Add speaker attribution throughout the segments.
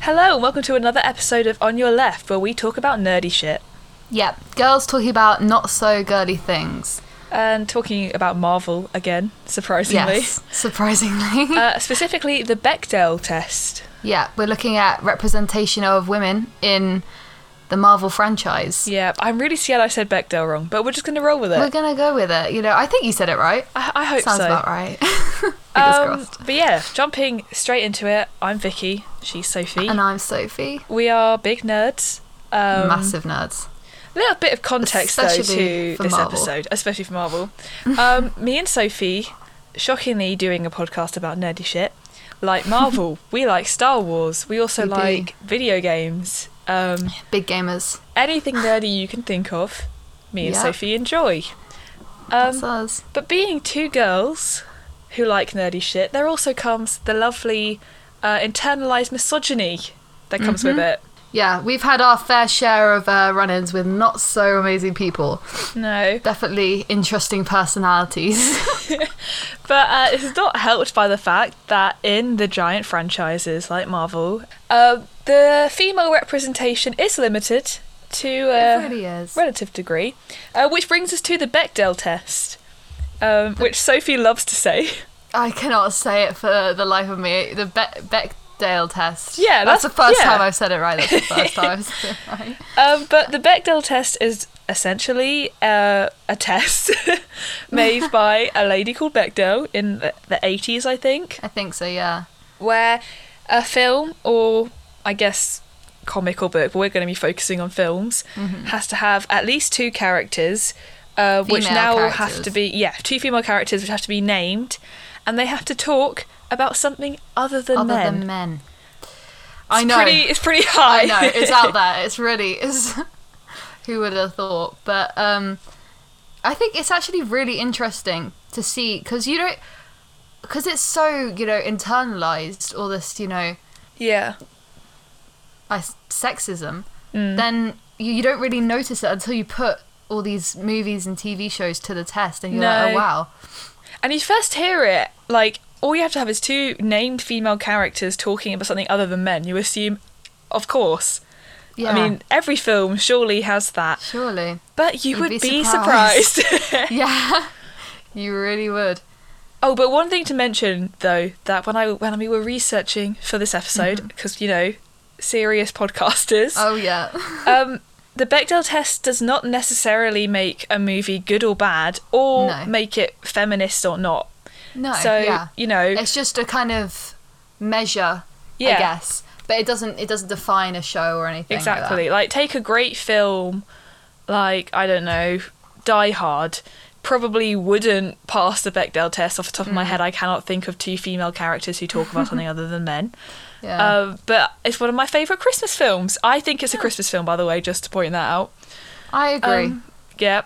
Speaker 1: Hello, and welcome to another episode of On Your Left, where we talk about nerdy shit
Speaker 2: Yep, girls talking about not so girly things.
Speaker 1: and talking about Marvel again, surprisingly.
Speaker 2: Yes, surprisingly.
Speaker 1: Uh, specifically, the Bechdel test.
Speaker 2: yeah, we're looking at representation of women in the Marvel franchise.
Speaker 1: Yeah, I'm really scared I said Bechdel wrong, but we're just going to roll with it.
Speaker 2: We're gonna go with it. You know, I think you said it right.
Speaker 1: I, I hope
Speaker 2: Sounds
Speaker 1: so.
Speaker 2: about right. Fingers
Speaker 1: Um,
Speaker 2: crossed.
Speaker 1: but yeah, jumping straight into it, I'm Vicky, she's Sophie.
Speaker 2: And I'm Sophie.
Speaker 1: we are big nerds. Um,
Speaker 2: Massive nerds.
Speaker 1: little bit of context though
Speaker 2: Especially
Speaker 1: to
Speaker 2: for
Speaker 1: this
Speaker 2: Marvel.
Speaker 1: episode, especially for Marvel. Um, me and Sophie, shockingly, doing a podcast about nerdy shit. Like Marvel, we like Star Wars. We also
Speaker 2: We do.
Speaker 1: like video games. Um,
Speaker 2: Big gamers.
Speaker 1: anything nerdy you can think of, me and
Speaker 2: Yeah.
Speaker 1: Sophie enjoy.
Speaker 2: That's
Speaker 1: Um,
Speaker 2: us.
Speaker 1: but being two girls who like nerdy shit, there also comes the lovely uh, internalized misogyny that comes with it.
Speaker 2: Yeah, we've had our fair share of uh, run ins with not so amazing people.
Speaker 1: No.
Speaker 2: Definitely interesting personalities.
Speaker 1: But uh, it's not helped by the fact that in the giant franchises like Marvel, uh, the female representation is limited to
Speaker 2: it
Speaker 1: a
Speaker 2: really is.
Speaker 1: relative degree, uh, which brings us to the Bechdel test, um, which Sophie loves to say.
Speaker 2: I cannot say it for the life of me. The Be- Bechdale test.
Speaker 1: Yeah,
Speaker 2: that's,
Speaker 1: that's-
Speaker 2: the first
Speaker 1: yeah.
Speaker 2: time I've said it right. That's the first time I've said it right.
Speaker 1: Um, but the Bechdel test is essentially uh, a test made by a lady called Bechdel in the, the 80s, I think.
Speaker 2: I think so. Yeah.
Speaker 1: where a film or I guess comic or book, but we're going to be focusing on films,
Speaker 2: Mm-hmm.
Speaker 1: has to have at least two characters, uh, which
Speaker 2: Female
Speaker 1: now have
Speaker 2: characters.
Speaker 1: to be yeah two female characters which have to be named, and they have to talk about something other than
Speaker 2: Other
Speaker 1: men.
Speaker 2: than men.
Speaker 1: It's
Speaker 2: I know.
Speaker 1: pretty, it's pretty high.
Speaker 2: I know. It's out there. It's really is. Who would have thought? But um, I think it's actually really interesting to see because you don't because it's so you know internalized all this you know
Speaker 1: yeah,
Speaker 2: I s sexism, then you, you don't really notice it until you put all these movies and TV shows to the test, and you're like,
Speaker 1: No.
Speaker 2: oh wow,
Speaker 1: and you first hear it like all you have to have is two named female characters talking about something other than men. You assume, of course.
Speaker 2: yeah,
Speaker 1: I mean, every film surely has that,
Speaker 2: surely,
Speaker 1: but you
Speaker 2: You'd
Speaker 1: would
Speaker 2: be
Speaker 1: be
Speaker 2: surprised.
Speaker 1: surprised.
Speaker 2: yeah, you really would.
Speaker 1: Oh, but one thing to mention though that when I when we were researching for this episode, because you know, serious podcasters,
Speaker 2: Mm-hmm. Oh yeah,
Speaker 1: um, the Bechdel test does not necessarily make a movie good or bad, or
Speaker 2: No.
Speaker 1: make it feminist or not.
Speaker 2: no,
Speaker 1: so
Speaker 2: yeah,
Speaker 1: you know,
Speaker 2: it's just a kind of measure,
Speaker 1: Yeah.
Speaker 2: I guess, but it doesn't it doesn't define a show or anything. like that.
Speaker 1: exactly. Like take a great film, like I don't know, Die Hard. Probably wouldn't pass the Bechdel test off the top of
Speaker 2: Mm.
Speaker 1: my head. I cannot think of two female characters who talk about something other than men.
Speaker 2: yeah.
Speaker 1: Um, but it's one of my favourite Christmas films. I think it's a Christmas film, by the way, just to point that out.
Speaker 2: I agree.
Speaker 1: Um, yeah.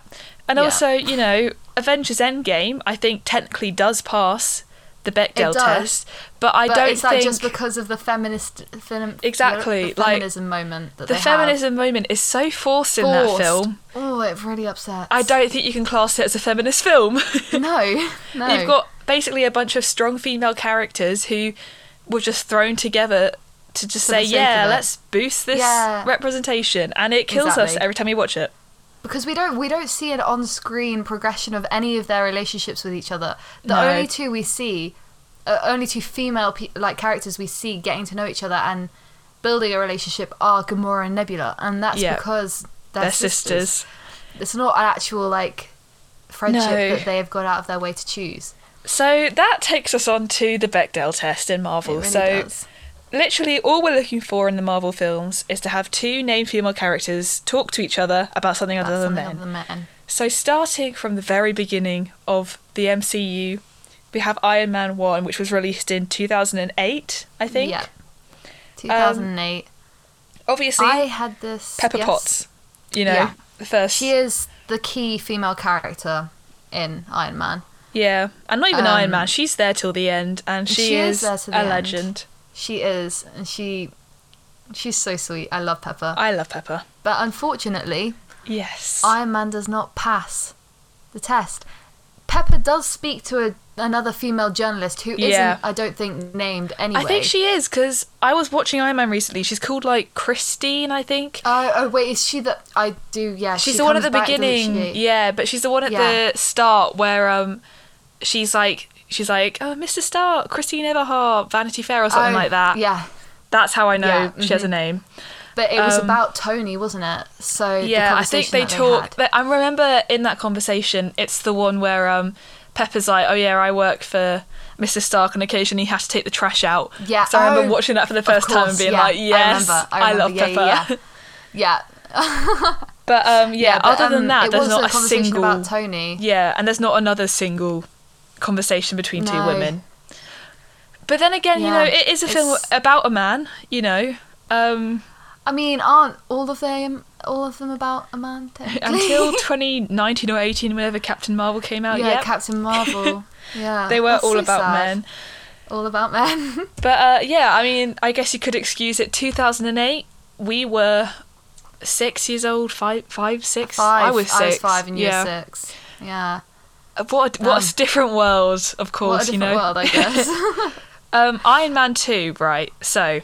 Speaker 1: And
Speaker 2: Yeah.
Speaker 1: also, you know, Avengers Endgame, I think technically does pass the Bechdel
Speaker 2: It does.
Speaker 1: test, but I
Speaker 2: but
Speaker 1: don't
Speaker 2: is that
Speaker 1: think
Speaker 2: just because of the feminist, fem-
Speaker 1: Exactly,
Speaker 2: the
Speaker 1: like,
Speaker 2: feminism moment that
Speaker 1: the
Speaker 2: they
Speaker 1: feminism moment is so forced in
Speaker 2: have.
Speaker 1: that film.
Speaker 2: Oh, it really upsets.
Speaker 1: I don't think you can class it as a feminist film.
Speaker 2: No, no.
Speaker 1: You've got basically a bunch of strong female characters who were just thrown together to just
Speaker 2: For the
Speaker 1: say,
Speaker 2: sake
Speaker 1: yeah,
Speaker 2: of it."
Speaker 1: let's boost this
Speaker 2: Yeah.
Speaker 1: representation. And it kills us
Speaker 2: Exactly.
Speaker 1: every time we watch it.
Speaker 2: because we don't we don't see an on-screen progression of any of their relationships with each other. The
Speaker 1: No.
Speaker 2: only two we see, uh, only two female pe- like characters we see getting to know each other and building a relationship are Gamora and Nebula, and that's
Speaker 1: Yeah.
Speaker 2: because they're,
Speaker 1: They're
Speaker 2: sisters.
Speaker 1: sisters.
Speaker 2: It's not an actual like friendship
Speaker 1: No.
Speaker 2: that they have got out of their way to choose.
Speaker 1: So that takes us on to the Bechdel test in
Speaker 2: It
Speaker 1: Marvel.
Speaker 2: really
Speaker 1: so
Speaker 2: does.
Speaker 1: literally all we're looking for in the Marvel films is to have two named female characters talk to each other about something
Speaker 2: That's
Speaker 1: other than
Speaker 2: something
Speaker 1: men.
Speaker 2: other than men.
Speaker 1: So starting from the very beginning of the MCU, we have Iron Man 1 which was released in 2008, I think. um,
Speaker 2: Yeah. 2008.
Speaker 1: Obviously
Speaker 2: I had this.
Speaker 1: Pepper
Speaker 2: yes.
Speaker 1: Potts, you know,
Speaker 2: Yeah.
Speaker 1: the first
Speaker 2: She is the key female character in Iron Man.
Speaker 1: Yeah, and not even
Speaker 2: Um,
Speaker 1: Iron Man, she's there till the end and she,
Speaker 2: she is
Speaker 1: is,
Speaker 2: there
Speaker 1: a
Speaker 2: till the end.
Speaker 1: legend.
Speaker 2: She is, and she she's so sweet. I love Pepper.
Speaker 1: I love Pepper.
Speaker 2: But unfortunately,
Speaker 1: Yes.
Speaker 2: Iron Man does not pass the test. Pepper does speak to a another female journalist who
Speaker 1: Yeah.
Speaker 2: not I don't think, named anyway.
Speaker 1: I think she is because I was watching Iron Man recently. She's called like Christine, I think.
Speaker 2: Oh, oh wait, is she the? I do. Yeah,
Speaker 1: She's
Speaker 2: she
Speaker 1: the one at the
Speaker 2: comes back, doesn't
Speaker 1: beginning,
Speaker 2: she?
Speaker 1: yeah. But she's the one at
Speaker 2: Yeah.
Speaker 1: the start where um, she's like, she's like, oh, Mr. Stark, Christine Everhart, Vanity Fair, or something
Speaker 2: Oh,
Speaker 1: like that.
Speaker 2: Yeah,
Speaker 1: That's how I know
Speaker 2: Yeah, mm-hmm.
Speaker 1: she has a name.
Speaker 2: but it was
Speaker 1: Um,
Speaker 2: about Tony, wasn't it? So the
Speaker 1: Yeah, I think
Speaker 2: conversation
Speaker 1: they
Speaker 2: that
Speaker 1: talk.
Speaker 2: had.
Speaker 1: They I remember in that conversation, it's the one where um, Pepper's like, "Oh yeah, I work for Mr. Stark, and occasionally he has to take the trash out."
Speaker 2: Yeah,
Speaker 1: So I remember
Speaker 2: oh,
Speaker 1: watching that for the
Speaker 2: Of
Speaker 1: first time and
Speaker 2: course,
Speaker 1: being
Speaker 2: yeah,
Speaker 1: like, "Yes, I, love
Speaker 2: yeah,
Speaker 1: Pepper."
Speaker 2: Yeah, yeah.
Speaker 1: But um, yeah,
Speaker 2: Yeah, but,
Speaker 1: other than
Speaker 2: um,
Speaker 1: that,
Speaker 2: it
Speaker 1: there's
Speaker 2: was
Speaker 1: not
Speaker 2: a
Speaker 1: a
Speaker 2: conversation
Speaker 1: single.
Speaker 2: about Tony.
Speaker 1: Yeah, and there's not another single conversation between two
Speaker 2: No.
Speaker 1: women. But then again,
Speaker 2: Yeah,
Speaker 1: you know, it is a film
Speaker 2: it's-
Speaker 1: about a man. You know, um,
Speaker 2: I mean, aren't all of them all of them about a man? technically?
Speaker 1: until 2019 or 18, whenever Captain Marvel came out,
Speaker 2: yeah,
Speaker 1: yep,
Speaker 2: Captain Marvel. Yeah,
Speaker 1: they were
Speaker 2: that's
Speaker 1: all
Speaker 2: so
Speaker 1: about
Speaker 2: sad.
Speaker 1: men.
Speaker 2: All about men.
Speaker 1: But uh, yeah, I mean, I guess you could excuse it. 2008, we were six years old, five, five, six.
Speaker 2: five.
Speaker 1: I was six.
Speaker 2: five, and you
Speaker 1: yeah.
Speaker 2: were six. Yeah.
Speaker 1: What a, what
Speaker 2: Damn.
Speaker 1: a different world, of course.
Speaker 2: What a
Speaker 1: you
Speaker 2: different
Speaker 1: know,
Speaker 2: world, I guess.
Speaker 1: Um, Iron Man 2, right? So,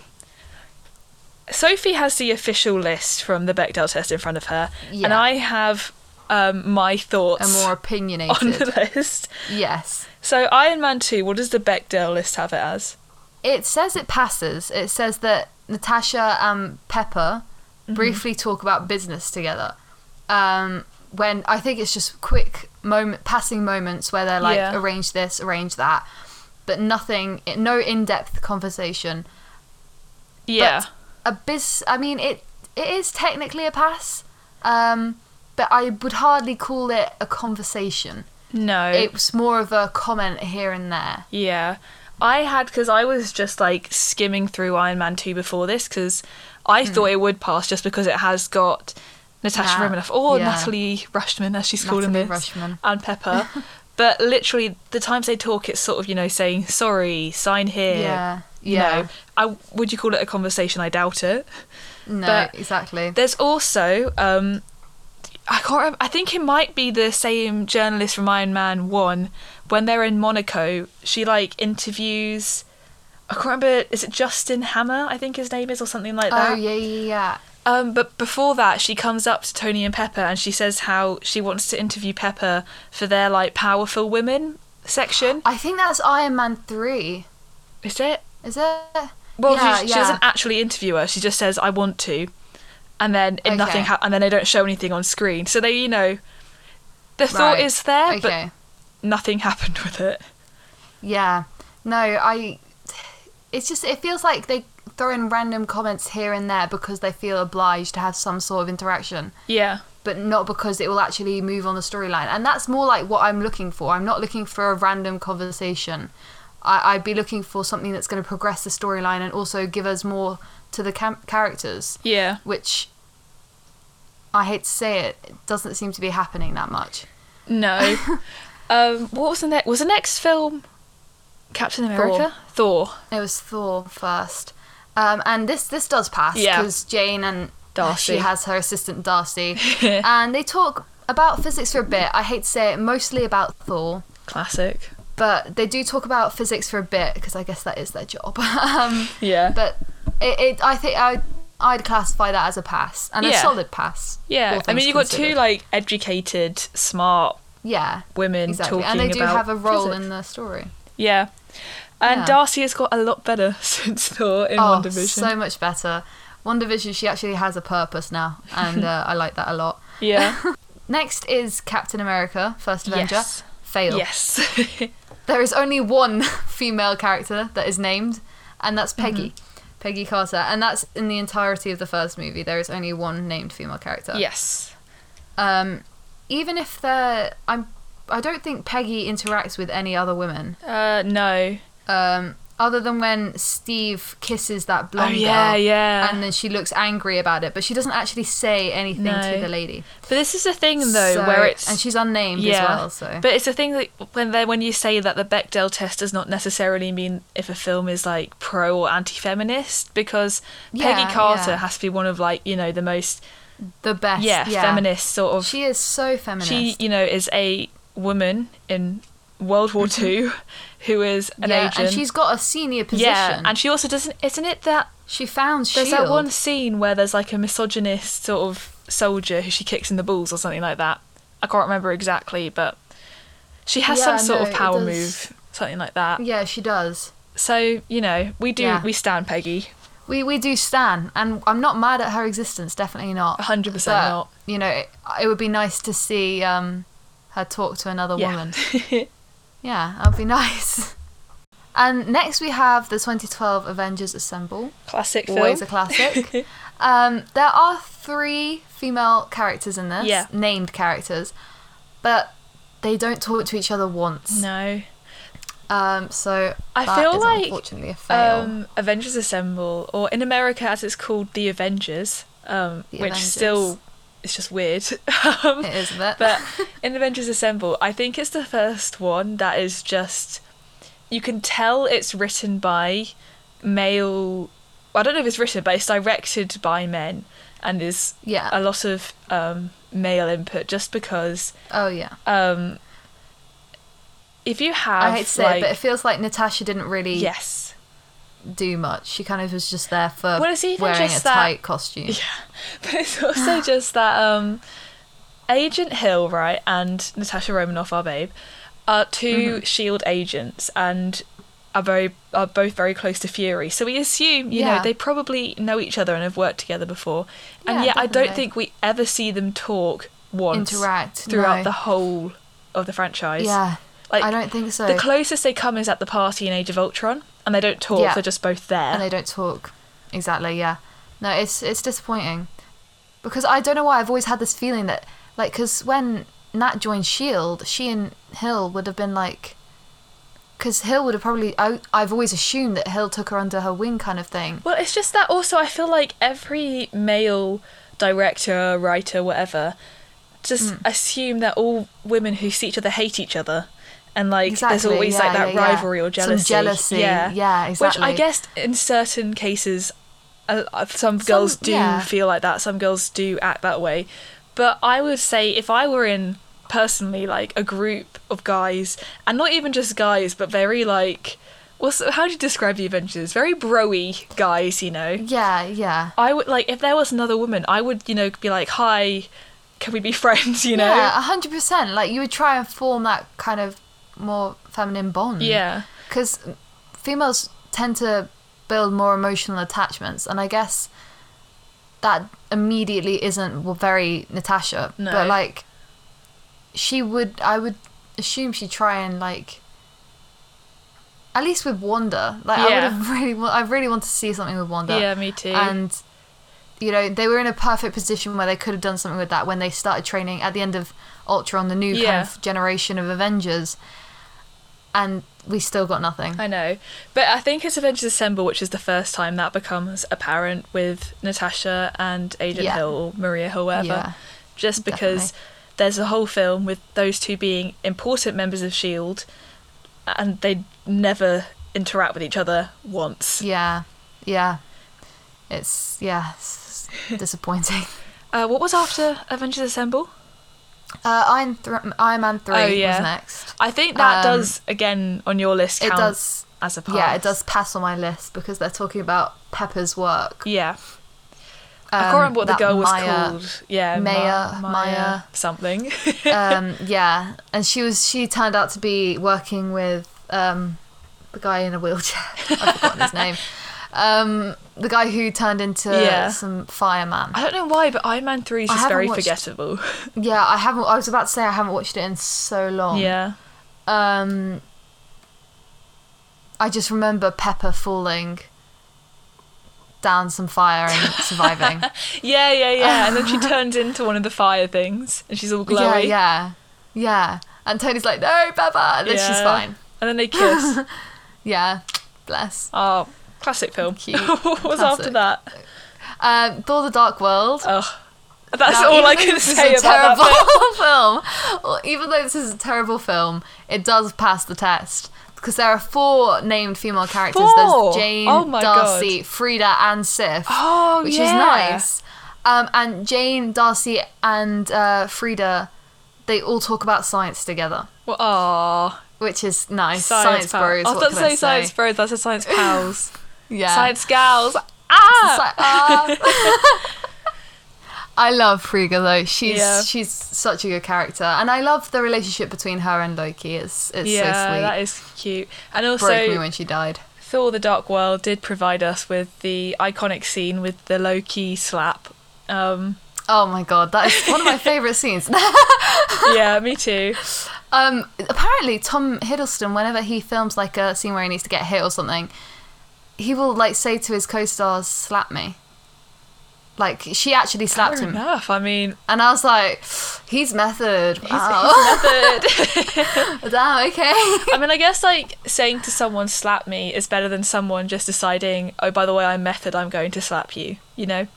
Speaker 1: Sophie has the official list from the Bechdel test in front of her, and
Speaker 2: Yeah.
Speaker 1: I have um, my
Speaker 2: A
Speaker 1: thoughts
Speaker 2: more
Speaker 1: on
Speaker 2: opinionated.
Speaker 1: the list.
Speaker 2: Yes.
Speaker 1: So, Iron Man 2, what does the Bechdel list have it as?
Speaker 2: It says it passes. It says that Natasha and Pepper
Speaker 1: Mm-hmm.
Speaker 2: briefly talk about business together. Um, when I think it's just quick moment, passing moments where they're like,
Speaker 1: Yeah.
Speaker 2: arrange this, arrange that, but nothing, no in-depth conversation.
Speaker 1: Yeah.
Speaker 2: a bis I mean it it is technically a pass um but I would hardly call it a conversation
Speaker 1: no.
Speaker 2: it's more of a comment here and there
Speaker 1: Yeah. I had because I was just like skimming through Iron Man 2 before this because I
Speaker 2: Hmm.
Speaker 1: thought it would pass just because it has got Natasha
Speaker 2: Yeah.
Speaker 1: Romanoff or
Speaker 2: Yeah.
Speaker 1: Natalie Rushman as she's called in
Speaker 2: Natalie
Speaker 1: this
Speaker 2: Rushman.
Speaker 1: and Pepper. but literally, the times they talk, it's sort of you know saying sorry, sign here.
Speaker 2: yeah
Speaker 1: You
Speaker 2: yeah
Speaker 1: know, I would you call it a conversation? I doubt it.
Speaker 2: no
Speaker 1: but
Speaker 2: exactly
Speaker 1: There's also um, I can't. Remember, I think it might be the same journalist from Iron Man One. When they're in Monaco, she like interviews. I can't remember. Is it Justin Hammer? I think his name is, or something like that.
Speaker 2: oh yeah yeah yeah
Speaker 1: Um, but before that, she comes up to Tony and Pepper and she says how she wants to interview Pepper for their like powerful women section.
Speaker 2: I think that's Iron Man three
Speaker 1: Is it?
Speaker 2: is it
Speaker 1: Well,
Speaker 2: yeah,
Speaker 1: she, she
Speaker 2: yeah.
Speaker 1: doesn't actually interview her. She just says, "I want to," and then it, nothing.
Speaker 2: Okay.
Speaker 1: Ha- and then they don't show anything on screen. So they, you know, the thought
Speaker 2: Right.
Speaker 1: is there,
Speaker 2: okay
Speaker 1: but nothing happened with it.
Speaker 2: yeah no I it's just it feels like they throw in random comments here and there because they feel obliged to have some sort of interaction
Speaker 1: Yeah,
Speaker 2: but not because it will actually move on the storyline. And that's more like what I'm looking for. I'm not looking for a random conversation. I, I'd be looking for something that's going to progress the storyline and also give us more to the cam- characters,
Speaker 1: yeah,
Speaker 2: which I hate to say it, it doesn't seem to be happening that much.
Speaker 1: no. um, what was the next? Was the next film Captain America? Thor.
Speaker 2: It was Thor first. Um, and this this does pass
Speaker 1: Yeah.
Speaker 2: because Jane and
Speaker 1: Darcy.
Speaker 2: she has her assistant Darcy, and they talk about physics for a bit. I hate to say it, mostly about Thor.
Speaker 1: Classic.
Speaker 2: but they do talk about physics for a bit because I guess that is their job. um,
Speaker 1: Yeah.
Speaker 2: but it, it, I think I, I'd classify that as a pass and a
Speaker 1: Yeah.
Speaker 2: solid pass. all
Speaker 1: yeah, I
Speaker 2: things
Speaker 1: mean, you've got two
Speaker 2: considered.
Speaker 1: like educated, smart
Speaker 2: yeah,
Speaker 1: women
Speaker 2: exactly,
Speaker 1: talking
Speaker 2: and they do
Speaker 1: about
Speaker 2: have a role
Speaker 1: physics.
Speaker 2: in the story.
Speaker 1: Yeah. And
Speaker 2: Yeah.
Speaker 1: Darcy has got a lot better since Thor in
Speaker 2: oh,
Speaker 1: One Division.
Speaker 2: so much better. One Division, she actually has a purpose now, and uh, I like that a lot.
Speaker 1: yeah.
Speaker 2: Next is Captain America: First Avenger.
Speaker 1: Yes.
Speaker 2: Fail.
Speaker 1: Yes.
Speaker 2: There is only one female character that is named, and that's
Speaker 1: Mm-hmm.
Speaker 2: Peggy. Peggy Carter. And that's in the entirety of the first movie. There is only one named female character.
Speaker 1: yes.
Speaker 2: Um, even if they're. I'm, I don't think Peggy interacts with any other women,
Speaker 1: Uh, no.
Speaker 2: um, other than when Steve kisses that
Speaker 1: Oh,
Speaker 2: blonde
Speaker 1: yeah,
Speaker 2: girl.
Speaker 1: yeah.
Speaker 2: And then she looks angry about it, but she doesn't actually say anything
Speaker 1: No.
Speaker 2: to the lady.
Speaker 1: but this is the thing, though,
Speaker 2: So-
Speaker 1: where it's.
Speaker 2: and she's unnamed
Speaker 1: yeah.
Speaker 2: as well. So
Speaker 1: But it's the thing that when they, when you say that the Bechdel test does not necessarily mean if a film is like pro or anti feminist, because
Speaker 2: Yeah,
Speaker 1: Peggy Carter
Speaker 2: yeah.
Speaker 1: has to be one of like, you know, the most,
Speaker 2: the best,
Speaker 1: yeah, feminist sort of.
Speaker 2: She is so feminist.
Speaker 1: she you know is a woman in World War Two, who is an
Speaker 2: Mm-hmm. yeah,
Speaker 1: agent.
Speaker 2: and she's got a senior position.
Speaker 1: yeah, and she also doesn't. Isn't it that
Speaker 2: she found
Speaker 1: there's
Speaker 2: Shield.
Speaker 1: that one scene where there's like a misogynist sort of soldier who she kicks in the balls or something like that. I can't remember exactly, but she has
Speaker 2: Yeah,
Speaker 1: some sort
Speaker 2: no,
Speaker 1: of
Speaker 2: it
Speaker 1: power
Speaker 2: does.
Speaker 1: move, something like that.
Speaker 2: Yeah, she does.
Speaker 1: So you know, we do
Speaker 2: Yeah.
Speaker 1: we stand Peggy,
Speaker 2: We we do Stan, and I'm not mad at her existence. Definitely not.
Speaker 1: hundred percent
Speaker 2: But,
Speaker 1: not.
Speaker 2: You know, it, it would be nice to see um, her talk to another
Speaker 1: Yeah.
Speaker 2: woman. Yeah, that would be nice. And next we have the 2012 Avengers Assemble.
Speaker 1: Classic film.
Speaker 2: Always a classic. um, there are three female characters in this,
Speaker 1: Yeah.
Speaker 2: named characters, but they don't talk to each other once.
Speaker 1: no.
Speaker 2: Um, so
Speaker 1: I
Speaker 2: that
Speaker 1: feel
Speaker 2: is
Speaker 1: like,
Speaker 2: unfortunately a fail.
Speaker 1: Um, Avengers Assemble, or in America as it's called, The Avengers, um,
Speaker 2: The
Speaker 1: which
Speaker 2: Avengers.
Speaker 1: still is just weird. um,
Speaker 2: it is a bit.
Speaker 1: but in Avengers Assemble, I think it's the first one that is just you can tell it's written by male. I don't know if it's written, but it's directed by men, and there's
Speaker 2: Yeah.
Speaker 1: a lot of um, male input just because
Speaker 2: oh yeah.
Speaker 1: um, if you have
Speaker 2: I hate to say
Speaker 1: like
Speaker 2: it, but it feels like Natasha didn't really
Speaker 1: yes.
Speaker 2: do much. She kind of was just there for
Speaker 1: Well, it's even
Speaker 2: wearing
Speaker 1: just
Speaker 2: a
Speaker 1: that-
Speaker 2: tight costume.
Speaker 1: But it's
Speaker 2: Ah.
Speaker 1: also just that um, Agent Hill, right, and Natasha Romanoff, our babe, are 2
Speaker 2: Mm-hmm.
Speaker 1: Shield E agents and are very are both very close to Fury. So we assume, you
Speaker 2: Yeah.
Speaker 1: know, they probably know each other and have worked together before. And
Speaker 2: Yeah,
Speaker 1: yet, I
Speaker 2: definitely.
Speaker 1: don't think we ever see them talk once
Speaker 2: Interact,
Speaker 1: throughout
Speaker 2: no.
Speaker 1: the whole of the franchise.
Speaker 2: Yeah,
Speaker 1: like
Speaker 2: I don't think so.
Speaker 1: The closest they come is at the party in Age of Ultron, and they don't talk.
Speaker 2: Yeah.
Speaker 1: They're just both there.
Speaker 2: and they don't talk. Exactly, yeah. No, it's it's disappointing because I don't know why I've always had this feeling that like because when Nat joined Shield, E she and Hill would have been like because Hill would have probably I, I've always assumed that Hill took her under her wing kind of thing.
Speaker 1: Well, it's just that also I feel like every male director, writer, whatever,
Speaker 2: Mm.
Speaker 1: just assume that all women who see each other hate each other. And like there's
Speaker 2: Exactly,
Speaker 1: always
Speaker 2: yeah,
Speaker 1: like that
Speaker 2: yeah, yeah.
Speaker 1: rivalry or
Speaker 2: Some
Speaker 1: jealousy.
Speaker 2: jealousy, yeah,
Speaker 1: Which I
Speaker 2: exactly.
Speaker 1: guess in certain cases uh, uh, some girls do
Speaker 2: yeah.
Speaker 1: feel like that, some girls do act that way. But I would say if I were in personally like a group of guys and not even just guys but very like well how do you describe the Avengers? Very broy guys, you know.
Speaker 2: Yeah, yeah.
Speaker 1: I would like if there was another woman, I would you know be like, "Hi, can we be friends?" You know?
Speaker 2: Yeah, hundred percent. Like you would try and form that kind of more feminine bond.
Speaker 1: Yeah.
Speaker 2: because females tend to build more emotional attachments, and I guess that immediately isn't well, very Natasha.
Speaker 1: No.
Speaker 2: But like, she would, I would assume she'd try and like, at least with Wanda. Like, I would
Speaker 1: Yeah.
Speaker 2: have really, wa- I really want to see something with Wanda.
Speaker 1: Yeah, me too.
Speaker 2: And you know, they were in a perfect position where they could have done something with that when they started training at the end of Ultron, the new
Speaker 1: Yeah.
Speaker 2: kind of generation of Avengers. And we still got nothing.
Speaker 1: I know, but I think it's Avengers Assemble, which is the first time that becomes apparent with Natasha and Agent
Speaker 2: Yeah.
Speaker 1: Hill, or Maria Hill, whoever.
Speaker 2: Yeah.
Speaker 1: Just because there's a whole film with those two being important members of Shield, E and they never interact with each other once.
Speaker 2: Yeah, yeah. It's yeah, it's disappointing.
Speaker 1: Uh, what was after Avengers Assemble?
Speaker 2: Uh, Iron, Thr- Iron Man three
Speaker 1: Oh, yeah.
Speaker 2: was next.
Speaker 1: I think that
Speaker 2: Um,
Speaker 1: does again on your list.
Speaker 2: it
Speaker 1: Count
Speaker 2: does-
Speaker 1: as a pass.
Speaker 2: Yeah, it does pass on my list because they're talking about Pepper's work.
Speaker 1: Yeah, I
Speaker 2: Um,
Speaker 1: can't remember what the
Speaker 2: that
Speaker 1: girl was
Speaker 2: Maya-
Speaker 1: called. Yeah,
Speaker 2: Maya-
Speaker 1: Ma-
Speaker 2: Maya.
Speaker 1: something.
Speaker 2: um, yeah, and she was she turned out to be working with um, the guy in a wheelchair. I've forgotten his name. Um, the guy who turned into
Speaker 1: Yeah.
Speaker 2: some fireman.
Speaker 1: I don't know why, but Iron Man Three is
Speaker 2: I
Speaker 1: just
Speaker 2: haven't
Speaker 1: very
Speaker 2: watched-
Speaker 1: forgettable.
Speaker 2: Yeah, I haven't. I was about to say I haven't watched it in so long.
Speaker 1: yeah,
Speaker 2: Um, I just remember Pepper falling down some fire and surviving.
Speaker 1: yeah, yeah, yeah. And then she turns into one of the fire things, and she's all glowy.
Speaker 2: Yeah, yeah, yeah. And Tony's like, "No, Pepper," and then she's
Speaker 1: Yeah.
Speaker 2: fine.
Speaker 1: And then they kiss.
Speaker 2: Yeah, bless.
Speaker 1: oh, classic film.
Speaker 2: Cute.
Speaker 1: what was after
Speaker 2: Classic.
Speaker 1: that?
Speaker 2: Um, Thor: The Dark World.
Speaker 1: Oh, that's
Speaker 2: Now,
Speaker 1: all I can
Speaker 2: even though this is
Speaker 1: say
Speaker 2: a
Speaker 1: about that.
Speaker 2: terrible
Speaker 1: film.
Speaker 2: film. Well, even though this is a terrible film, it does pass the test because there are four named female characters.
Speaker 1: Four?
Speaker 2: There's Jane,
Speaker 1: Oh my
Speaker 2: Darcy, Frida, and Sif,
Speaker 1: Oh,
Speaker 2: which is
Speaker 1: yeah.
Speaker 2: nice. Um, and Jane, Darcy, and uh, Frida, they all talk about science together,
Speaker 1: Well, aw,
Speaker 2: which is nice.
Speaker 1: Science,
Speaker 2: Science,
Speaker 1: pals.
Speaker 2: bros.
Speaker 1: I
Speaker 2: what
Speaker 1: thought
Speaker 2: can
Speaker 1: to say
Speaker 2: I
Speaker 1: science bros. That's a science pals.
Speaker 2: Yeah.
Speaker 1: Science gals.
Speaker 2: It's
Speaker 1: Ah.
Speaker 2: like, ah. I love Frigga though. She's
Speaker 1: Yeah.
Speaker 2: she's such a good character, and I love the relationship between her and Loki. It's it's
Speaker 1: yeah,
Speaker 2: so sweet.
Speaker 1: that is cute. And also,
Speaker 2: Broke me when she died.
Speaker 1: Thor: The Dark World did provide us with the iconic scene with the low key slap. Um,
Speaker 2: Oh my god, that is one of my favorite scenes.
Speaker 1: yeah, me too.
Speaker 2: Um, apparently, Tom Hiddleston, whenever he films like a scene where he needs to get hit or something, he will like say to his co-stars, "Slap me." Like she actually slapped
Speaker 1: Fair
Speaker 2: him,
Speaker 1: enough. I mean,
Speaker 2: and I was like, "He's method." Wow.
Speaker 1: method.
Speaker 2: Damn. Okay.
Speaker 1: I mean, I guess like saying to someone "slap me" is better than someone just deciding, "Oh, by the way, I'm method. I'm going to slap you." You know?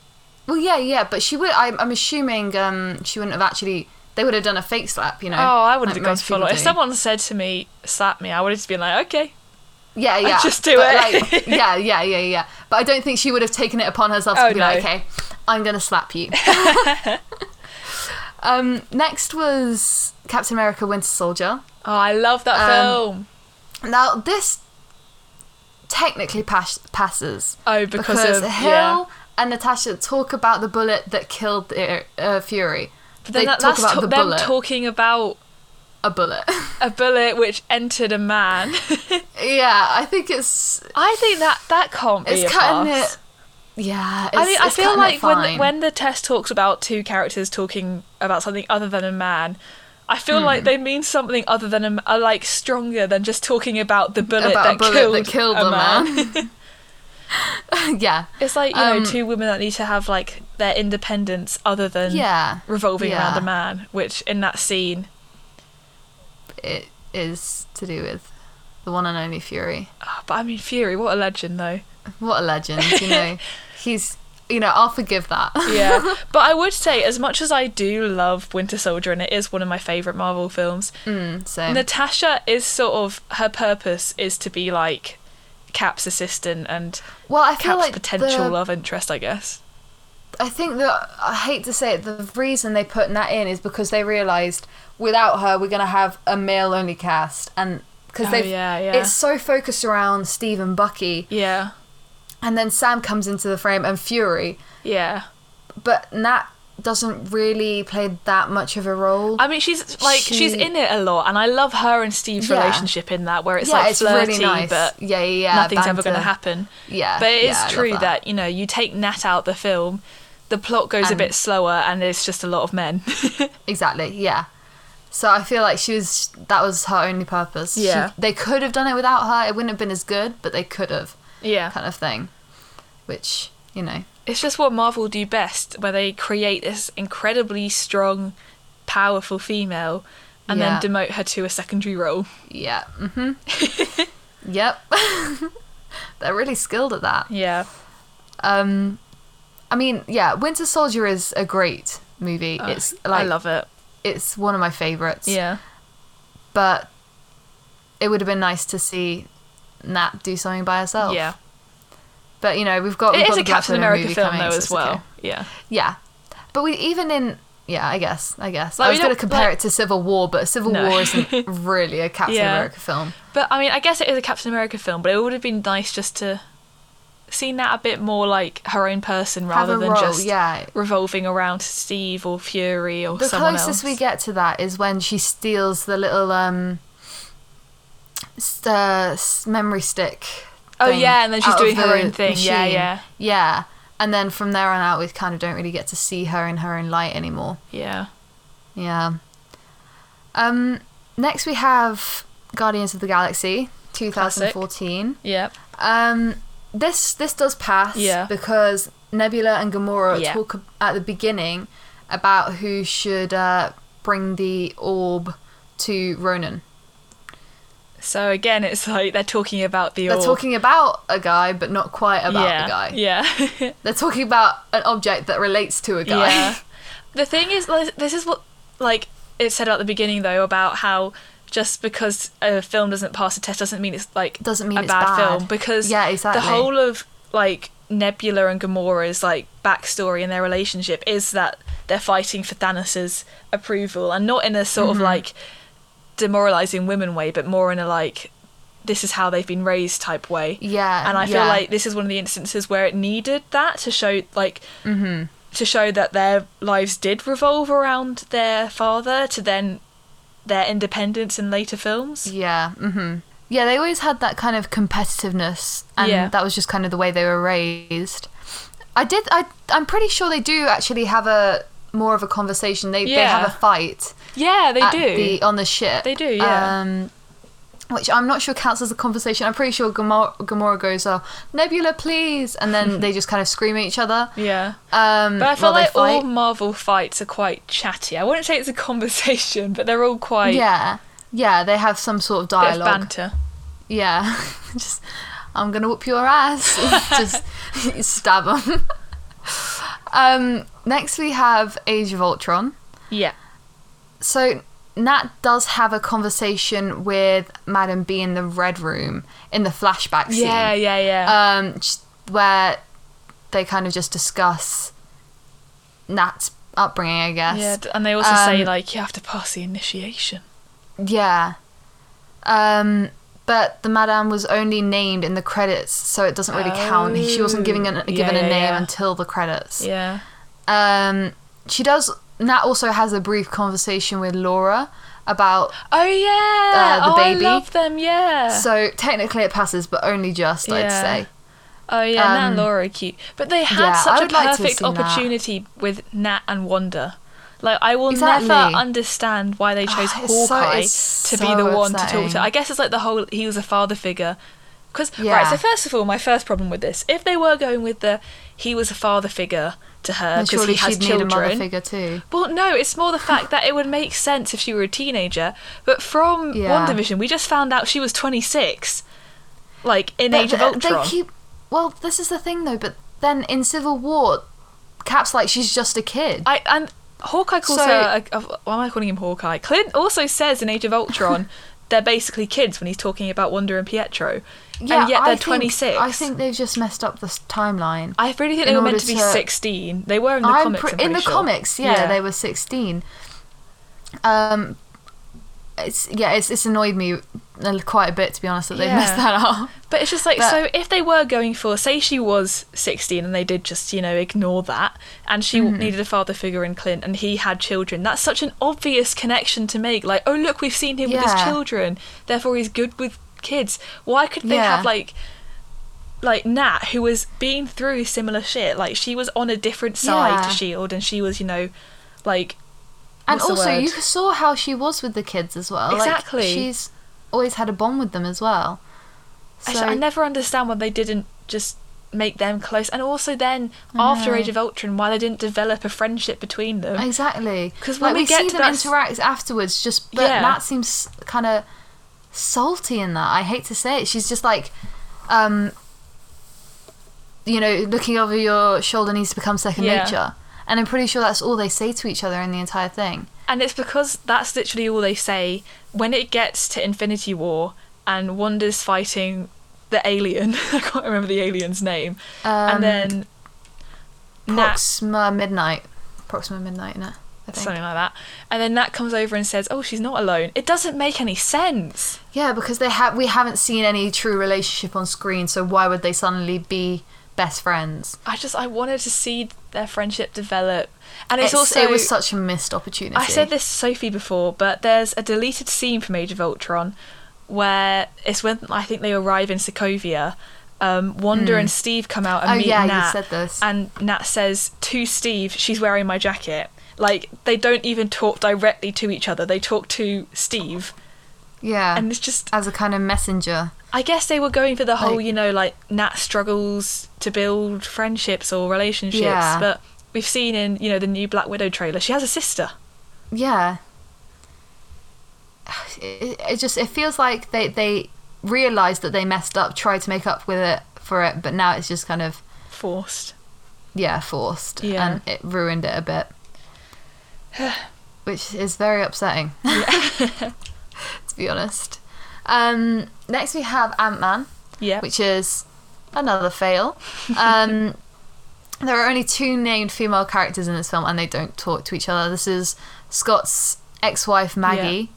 Speaker 2: Well, yeah, yeah, but she would. I'm, I'm assuming um, she wouldn't have actually. They would have done a fake slap, you know.
Speaker 1: Oh, I wouldn't
Speaker 2: like
Speaker 1: have gone
Speaker 2: most
Speaker 1: full.
Speaker 2: people
Speaker 1: on. If
Speaker 2: do.
Speaker 1: someone said to me "slap me," I would have just been like, "Okay."
Speaker 2: yeah, yeah,
Speaker 1: just do
Speaker 2: but,
Speaker 1: it.
Speaker 2: Like, yeah, yeah, yeah, yeah. But I don't think she would have taken it upon herself
Speaker 1: Oh,
Speaker 2: to be
Speaker 1: no.
Speaker 2: like, okay, I'm gonna slap you. um, next was Captain America: Winter Soldier.
Speaker 1: Oh, I love that
Speaker 2: Um,
Speaker 1: film.
Speaker 2: Now this technically pas- passes
Speaker 1: Oh, because,
Speaker 2: because
Speaker 1: of
Speaker 2: Hill
Speaker 1: yeah.
Speaker 2: and Natasha talk about the bullet that killed the, uh, Fury.
Speaker 1: But then
Speaker 2: they
Speaker 1: that,
Speaker 2: talk
Speaker 1: that's
Speaker 2: about
Speaker 1: ta-
Speaker 2: the
Speaker 1: them
Speaker 2: bullet.
Speaker 1: talking about
Speaker 2: A bullet.
Speaker 1: a bullet which entered a man.
Speaker 2: yeah, I think it's
Speaker 1: I think that that can't be
Speaker 2: it's
Speaker 1: a
Speaker 2: cutting
Speaker 1: pass.
Speaker 2: it. Yeah, it's,
Speaker 1: I mean, I
Speaker 2: it's
Speaker 1: feel
Speaker 2: cutting it
Speaker 1: like when
Speaker 2: fine.
Speaker 1: the, when the test talks about two characters talking about something other than a man, I feel like
Speaker 2: Hmm.
Speaker 1: they mean something other than a m- are like stronger than just talking about the bullet,
Speaker 2: About
Speaker 1: that,
Speaker 2: a bullet
Speaker 1: killed
Speaker 2: that killed
Speaker 1: a
Speaker 2: a
Speaker 1: man.
Speaker 2: yeah,
Speaker 1: it's like you
Speaker 2: Um,
Speaker 1: know two women that need to have like their independence other than
Speaker 2: yeah,
Speaker 1: revolving around
Speaker 2: Yeah.
Speaker 1: a man, which in that scene,
Speaker 2: it is to do with the one and only Fury.
Speaker 1: Ah, but I mean Fury, what a legend though.
Speaker 2: What a legend, you know. He's, you know, I'll forgive that.
Speaker 1: yeah. But I would say, as much as I do love Winter Soldier, and it is one of my favourite Marvel films,
Speaker 2: Mm, so
Speaker 1: Natasha is sort of her purpose is to be like Cap's assistant and
Speaker 2: well, I feel
Speaker 1: Cap's
Speaker 2: like
Speaker 1: potential
Speaker 2: the-
Speaker 1: love interest, I guess.
Speaker 2: I think that I hate to say it, the reason they put that in is because they realised without her we're gonna have a male only cast, and because
Speaker 1: Oh,
Speaker 2: they've
Speaker 1: yeah, yeah.
Speaker 2: it's so focused around Steve and Bucky,
Speaker 1: Yeah.
Speaker 2: and then Sam comes into the frame and Fury,
Speaker 1: Yeah.
Speaker 2: but Nat doesn't really play that much of a role.
Speaker 1: I mean, she's like she's
Speaker 2: She-
Speaker 1: in it a lot, and I love her and Steve's
Speaker 2: Yeah.
Speaker 1: relationship in that, where it's like flirty, but
Speaker 2: yeah, yeah, yeah.
Speaker 1: nothing's ever
Speaker 2: banter.
Speaker 1: going to happen.
Speaker 2: Yeah,
Speaker 1: But it is
Speaker 2: yeah, I love
Speaker 1: true that. you know you take Nat out the film, the plot goes a
Speaker 2: And-
Speaker 1: bit slower, and it's just a lot of men.
Speaker 2: exactly, yeah. So I feel like she was that was her only purpose. She-
Speaker 1: Yeah.
Speaker 2: they could have done it without her. It wouldn't have been as good, but they could have
Speaker 1: yeah,
Speaker 2: kind of thing, which you know.
Speaker 1: it's just what Marvel do best, where they create this incredibly strong, powerful female, and
Speaker 2: Yeah.
Speaker 1: then demote her to a secondary role.
Speaker 2: Yeah. hmm yep. They're really skilled at that.
Speaker 1: Yeah,
Speaker 2: Um, I mean, yeah, Winter Soldier is a great movie. it's like
Speaker 1: I love it.
Speaker 2: it's one of my favorites.
Speaker 1: Yeah,
Speaker 2: but it would have been nice to see Nat do something by herself.
Speaker 1: yeah.
Speaker 2: But you know, we've got we've
Speaker 1: It is
Speaker 2: got
Speaker 1: a
Speaker 2: the Black
Speaker 1: Captain
Speaker 2: Widow
Speaker 1: America
Speaker 2: movie
Speaker 1: film
Speaker 2: coming,
Speaker 1: though
Speaker 2: so
Speaker 1: as
Speaker 2: it's
Speaker 1: well.
Speaker 2: okay.
Speaker 1: Yeah,
Speaker 2: Yeah, but we even in yeah, I guess I guess
Speaker 1: Like,
Speaker 2: I
Speaker 1: we
Speaker 2: was going to
Speaker 1: don't-
Speaker 2: compare
Speaker 1: like-
Speaker 2: it to Civil War, but Civil
Speaker 1: No.
Speaker 2: War isn't really a Captain
Speaker 1: Yeah.
Speaker 2: America film.
Speaker 1: but I mean, I guess it is a Captain America film, but it would have been nice just to see Nat a bit more like her own person
Speaker 2: Have
Speaker 1: rather
Speaker 2: a
Speaker 1: than
Speaker 2: role,
Speaker 1: just
Speaker 2: yeah.
Speaker 1: revolving around Steve or Fury or
Speaker 2: The
Speaker 1: someone
Speaker 2: closest
Speaker 1: else.
Speaker 2: we get to that is when she steals the little um, s- uh, s- memory stick.
Speaker 1: Oh,
Speaker 2: thing
Speaker 1: yeah, and then she's
Speaker 2: out of
Speaker 1: doing her
Speaker 2: the
Speaker 1: own thing. Yeah,
Speaker 2: machine.
Speaker 1: yeah.
Speaker 2: yeah. And then from there on out, we kind of don't really get to see her in her own light anymore.
Speaker 1: yeah,
Speaker 2: Yeah. Um, next we have Guardians of the Galaxy 2014.
Speaker 1: yeah,
Speaker 2: Um, this this does pass
Speaker 1: Yeah.
Speaker 2: because Nebula and Gamora
Speaker 1: Yeah.
Speaker 2: talk at the beginning about who should uh, bring the orb to Ronan.
Speaker 1: So again, it's like they're talking about the.
Speaker 2: They're
Speaker 1: orb.
Speaker 2: talking about a guy, but not quite about
Speaker 1: yeah,
Speaker 2: a guy.
Speaker 1: Yeah.
Speaker 2: They're talking about an object that relates to a guy.
Speaker 1: Yeah. the thing is, like, this is what like it said at the beginning though about how just because a film doesn't pass a test doesn't mean it's like
Speaker 2: Doesn't mean
Speaker 1: a
Speaker 2: it's
Speaker 1: bad,
Speaker 2: bad.
Speaker 1: film because
Speaker 2: Yeah, exactly.
Speaker 1: the whole of like Nebula and Gamora's like backstory and their relationship
Speaker 2: Mm-hmm.
Speaker 1: is that they're fighting for Thanos's approval and not in a sort of like demoralizing women way, but more in a like, this is how they've been raised type way.
Speaker 2: Yeah.
Speaker 1: And I feel
Speaker 2: yeah.
Speaker 1: like this is one of the instances where it needed that to show like to show that their lives did revolve around their father to then their independence in later films.
Speaker 2: Yeah. hmm Yeah, they always had that kind of competitiveness, and
Speaker 1: Yeah.
Speaker 2: that was just kind of the way they were raised. I did. I I'm pretty sure they do actually have a more of a conversation. They they
Speaker 1: Yeah.
Speaker 2: have a fight.
Speaker 1: Yeah, they
Speaker 2: at
Speaker 1: do.
Speaker 2: the- on the ship.
Speaker 1: They do, yeah.
Speaker 2: Um, which I'm not sure counts as a conversation. I'm pretty sure Gamora, Gamora goes, "Oh, Nebula, please!" and then they just kind of scream at each other.
Speaker 1: yeah.
Speaker 2: Um,
Speaker 1: But I
Speaker 2: while
Speaker 1: feel
Speaker 2: they
Speaker 1: like all
Speaker 2: fight.
Speaker 1: Marvel fights are quite chatty. I wouldn't say it's a conversation, but they're all quite
Speaker 2: yeah, yeah, they have some sort of
Speaker 1: bit of
Speaker 2: dialogue.
Speaker 1: banter.
Speaker 2: Yeah, just I'm gonna whoop your ass. just stab them. um, next we have Age of Ultron.
Speaker 1: Yeah.
Speaker 2: So Nat does have a conversation with Madam B in the Red Room in the flashback scene.
Speaker 1: Yeah, yeah, yeah.
Speaker 2: um, sh- where they kind of just discuss Nat's upbringing, I guess.
Speaker 1: yeah, d- and they also say
Speaker 2: um,
Speaker 1: like you have to pass the initiation.
Speaker 2: Yeah. Um, but the Madame was only named in the credits, so it doesn't really count. She wasn't giving an,
Speaker 1: Oh.
Speaker 2: given
Speaker 1: Yeah,
Speaker 2: a
Speaker 1: yeah,
Speaker 2: name
Speaker 1: yeah.
Speaker 2: until the credits.
Speaker 1: Yeah.
Speaker 2: Um, she does. Nat also has a brief conversation with Laura about.
Speaker 1: Oh yeah.
Speaker 2: Uh, the
Speaker 1: oh,
Speaker 2: baby.
Speaker 1: I love them. Yeah.
Speaker 2: So technically it passes, but only just, I'd
Speaker 1: Uh. Yeah.
Speaker 2: say.
Speaker 1: oh yeah. Nat
Speaker 2: um,
Speaker 1: and Laura are cute, but they had
Speaker 2: yeah, I
Speaker 1: such a
Speaker 2: would like to have
Speaker 1: perfect
Speaker 2: seen that.
Speaker 1: opportunity with Nat and Wanda. Like I will
Speaker 2: Exactly.
Speaker 1: never understand why they chose
Speaker 2: Ah, it's so-
Speaker 1: Hawkeye
Speaker 2: it's
Speaker 1: to be
Speaker 2: so
Speaker 1: the one to talk
Speaker 2: upsetting.
Speaker 1: to. I guess it's like the whole he was a father figure. Because right,
Speaker 2: Yeah.
Speaker 1: so first of all, my first problem with this, if they were going with the he was a father figure to her
Speaker 2: And
Speaker 1: because Uh, he
Speaker 2: surely
Speaker 1: has
Speaker 2: she'd need a mother
Speaker 1: children,
Speaker 2: figure too.
Speaker 1: Well, no, it's more the fact that it would make sense if she were a teenager. But from
Speaker 2: Yeah.
Speaker 1: WandaVision, we just found out she was 26, like in
Speaker 2: But
Speaker 1: Age of
Speaker 2: th-
Speaker 1: Ultron.
Speaker 2: They keep. Well, this is the thing though. But then in Civil War, Cap's like she's just a kid.
Speaker 1: I and Hawkeye calls
Speaker 2: So-
Speaker 1: her. A, a, why am I calling him Hawkeye? Clint also says in Age of Ultron, they're basically kids when he's talking about Wanda and Pietro, and yet
Speaker 2: I
Speaker 1: they're
Speaker 2: think-
Speaker 1: 26.
Speaker 2: I think they've just messed up this timeline.
Speaker 1: I really think
Speaker 2: in
Speaker 1: they were
Speaker 2: order
Speaker 1: meant to be
Speaker 2: to-
Speaker 1: 16. They were in the
Speaker 2: I'm
Speaker 1: comics.
Speaker 2: pre-
Speaker 1: I'm
Speaker 2: in
Speaker 1: pretty
Speaker 2: the
Speaker 1: sure.
Speaker 2: comics. Yeah,
Speaker 1: Yeah.
Speaker 2: they were sixteen. Um, it's yeah, it's it's annoyed me uh, quite a bit to be honest that they've
Speaker 1: Yeah.
Speaker 2: messed that up.
Speaker 1: But it's just like
Speaker 2: But-
Speaker 1: so if they were going for say she was 16 and they did just you know ignore that and she
Speaker 2: Mm-hmm.
Speaker 1: needed a father figure in Clint and he had children that's such an obvious connection to make like oh look we've seen him with his
Speaker 2: Yeah.
Speaker 1: children therefore he's good with kids why could they
Speaker 2: Yeah.
Speaker 1: have like like Nat who was being through similar shit like she was on a different side
Speaker 2: Yeah.
Speaker 1: to Shield E and she was you know like
Speaker 2: And
Speaker 1: what's the
Speaker 2: also,
Speaker 1: word?
Speaker 2: you saw how she was with the kids as well. Like,
Speaker 1: Exactly.
Speaker 2: she's always had a bond with them as well.
Speaker 1: I
Speaker 2: So,
Speaker 1: s- I, never understand why they didn't just make them close, and also then after
Speaker 2: know.
Speaker 1: Age of Ultron, why they didn't develop a friendship between them.
Speaker 2: Exactly.
Speaker 1: 'Cause when
Speaker 2: like we,
Speaker 1: we get
Speaker 2: see
Speaker 1: to
Speaker 2: them
Speaker 1: that s-
Speaker 2: interact afterwards, just but
Speaker 1: Yeah.
Speaker 2: Nat seems kind of salty in that. I hate to say it. She's just like, um, you know, looking over your shoulder needs to become second
Speaker 1: Yeah.
Speaker 2: nature. And I'm pretty sure that's all they say to each other in the entire thing.
Speaker 1: And it's because that's literally all they say when it gets to Infinity War and Wanda's fighting the alien. I can't remember the alien's name.
Speaker 2: Um,
Speaker 1: and then Nat,
Speaker 2: Proxima Midnight. Proxima Midnight, innit? I think.
Speaker 1: something like that. And then Nat comes over and says, "Oh, she's not alone." It doesn't make any sense.
Speaker 2: Yeah, because they have we haven't seen any true relationship on screen, so why would they suddenly be best friends?
Speaker 1: I just I wanted to see their friendship develop, and it's,
Speaker 2: It's
Speaker 1: also
Speaker 2: it was such a missed opportunity.
Speaker 1: I said this to Sophie before, but there's a deleted scene from Age of Ultron where it's when I think they arrive in Sokovia. Um, Wanda and Steve come out and
Speaker 2: Hmm. Oh,
Speaker 1: meet
Speaker 2: yeah, you
Speaker 1: Nat,
Speaker 2: said this.
Speaker 1: and Nat says to Steve, "She's wearing my jacket." Like they don't even talk directly to each other; they talk to Steve,
Speaker 2: Yeah.
Speaker 1: and it's just.
Speaker 2: as a kind of messenger.
Speaker 1: I guess they were going for the whole,
Speaker 2: Like-
Speaker 1: you know, like Nat struggles to build friendships or relationships,
Speaker 2: Yeah.
Speaker 1: but we've seen in you know the new Black Widow trailer, she has a sister.
Speaker 2: Yeah. It, it just it feels like they they realized that they messed up, tried to make up with it for it, but now it's just kind of
Speaker 1: Forced.
Speaker 2: yeah forced,
Speaker 1: Yeah.
Speaker 2: and it ruined it a bit, which is very upsetting. to be honest. Um, next we have Ant Man.
Speaker 1: Yeah.
Speaker 2: which is another fail. Um, there are only two named female characters in this film, and they don't talk to each other. This is Scott's ex-wife Maggie,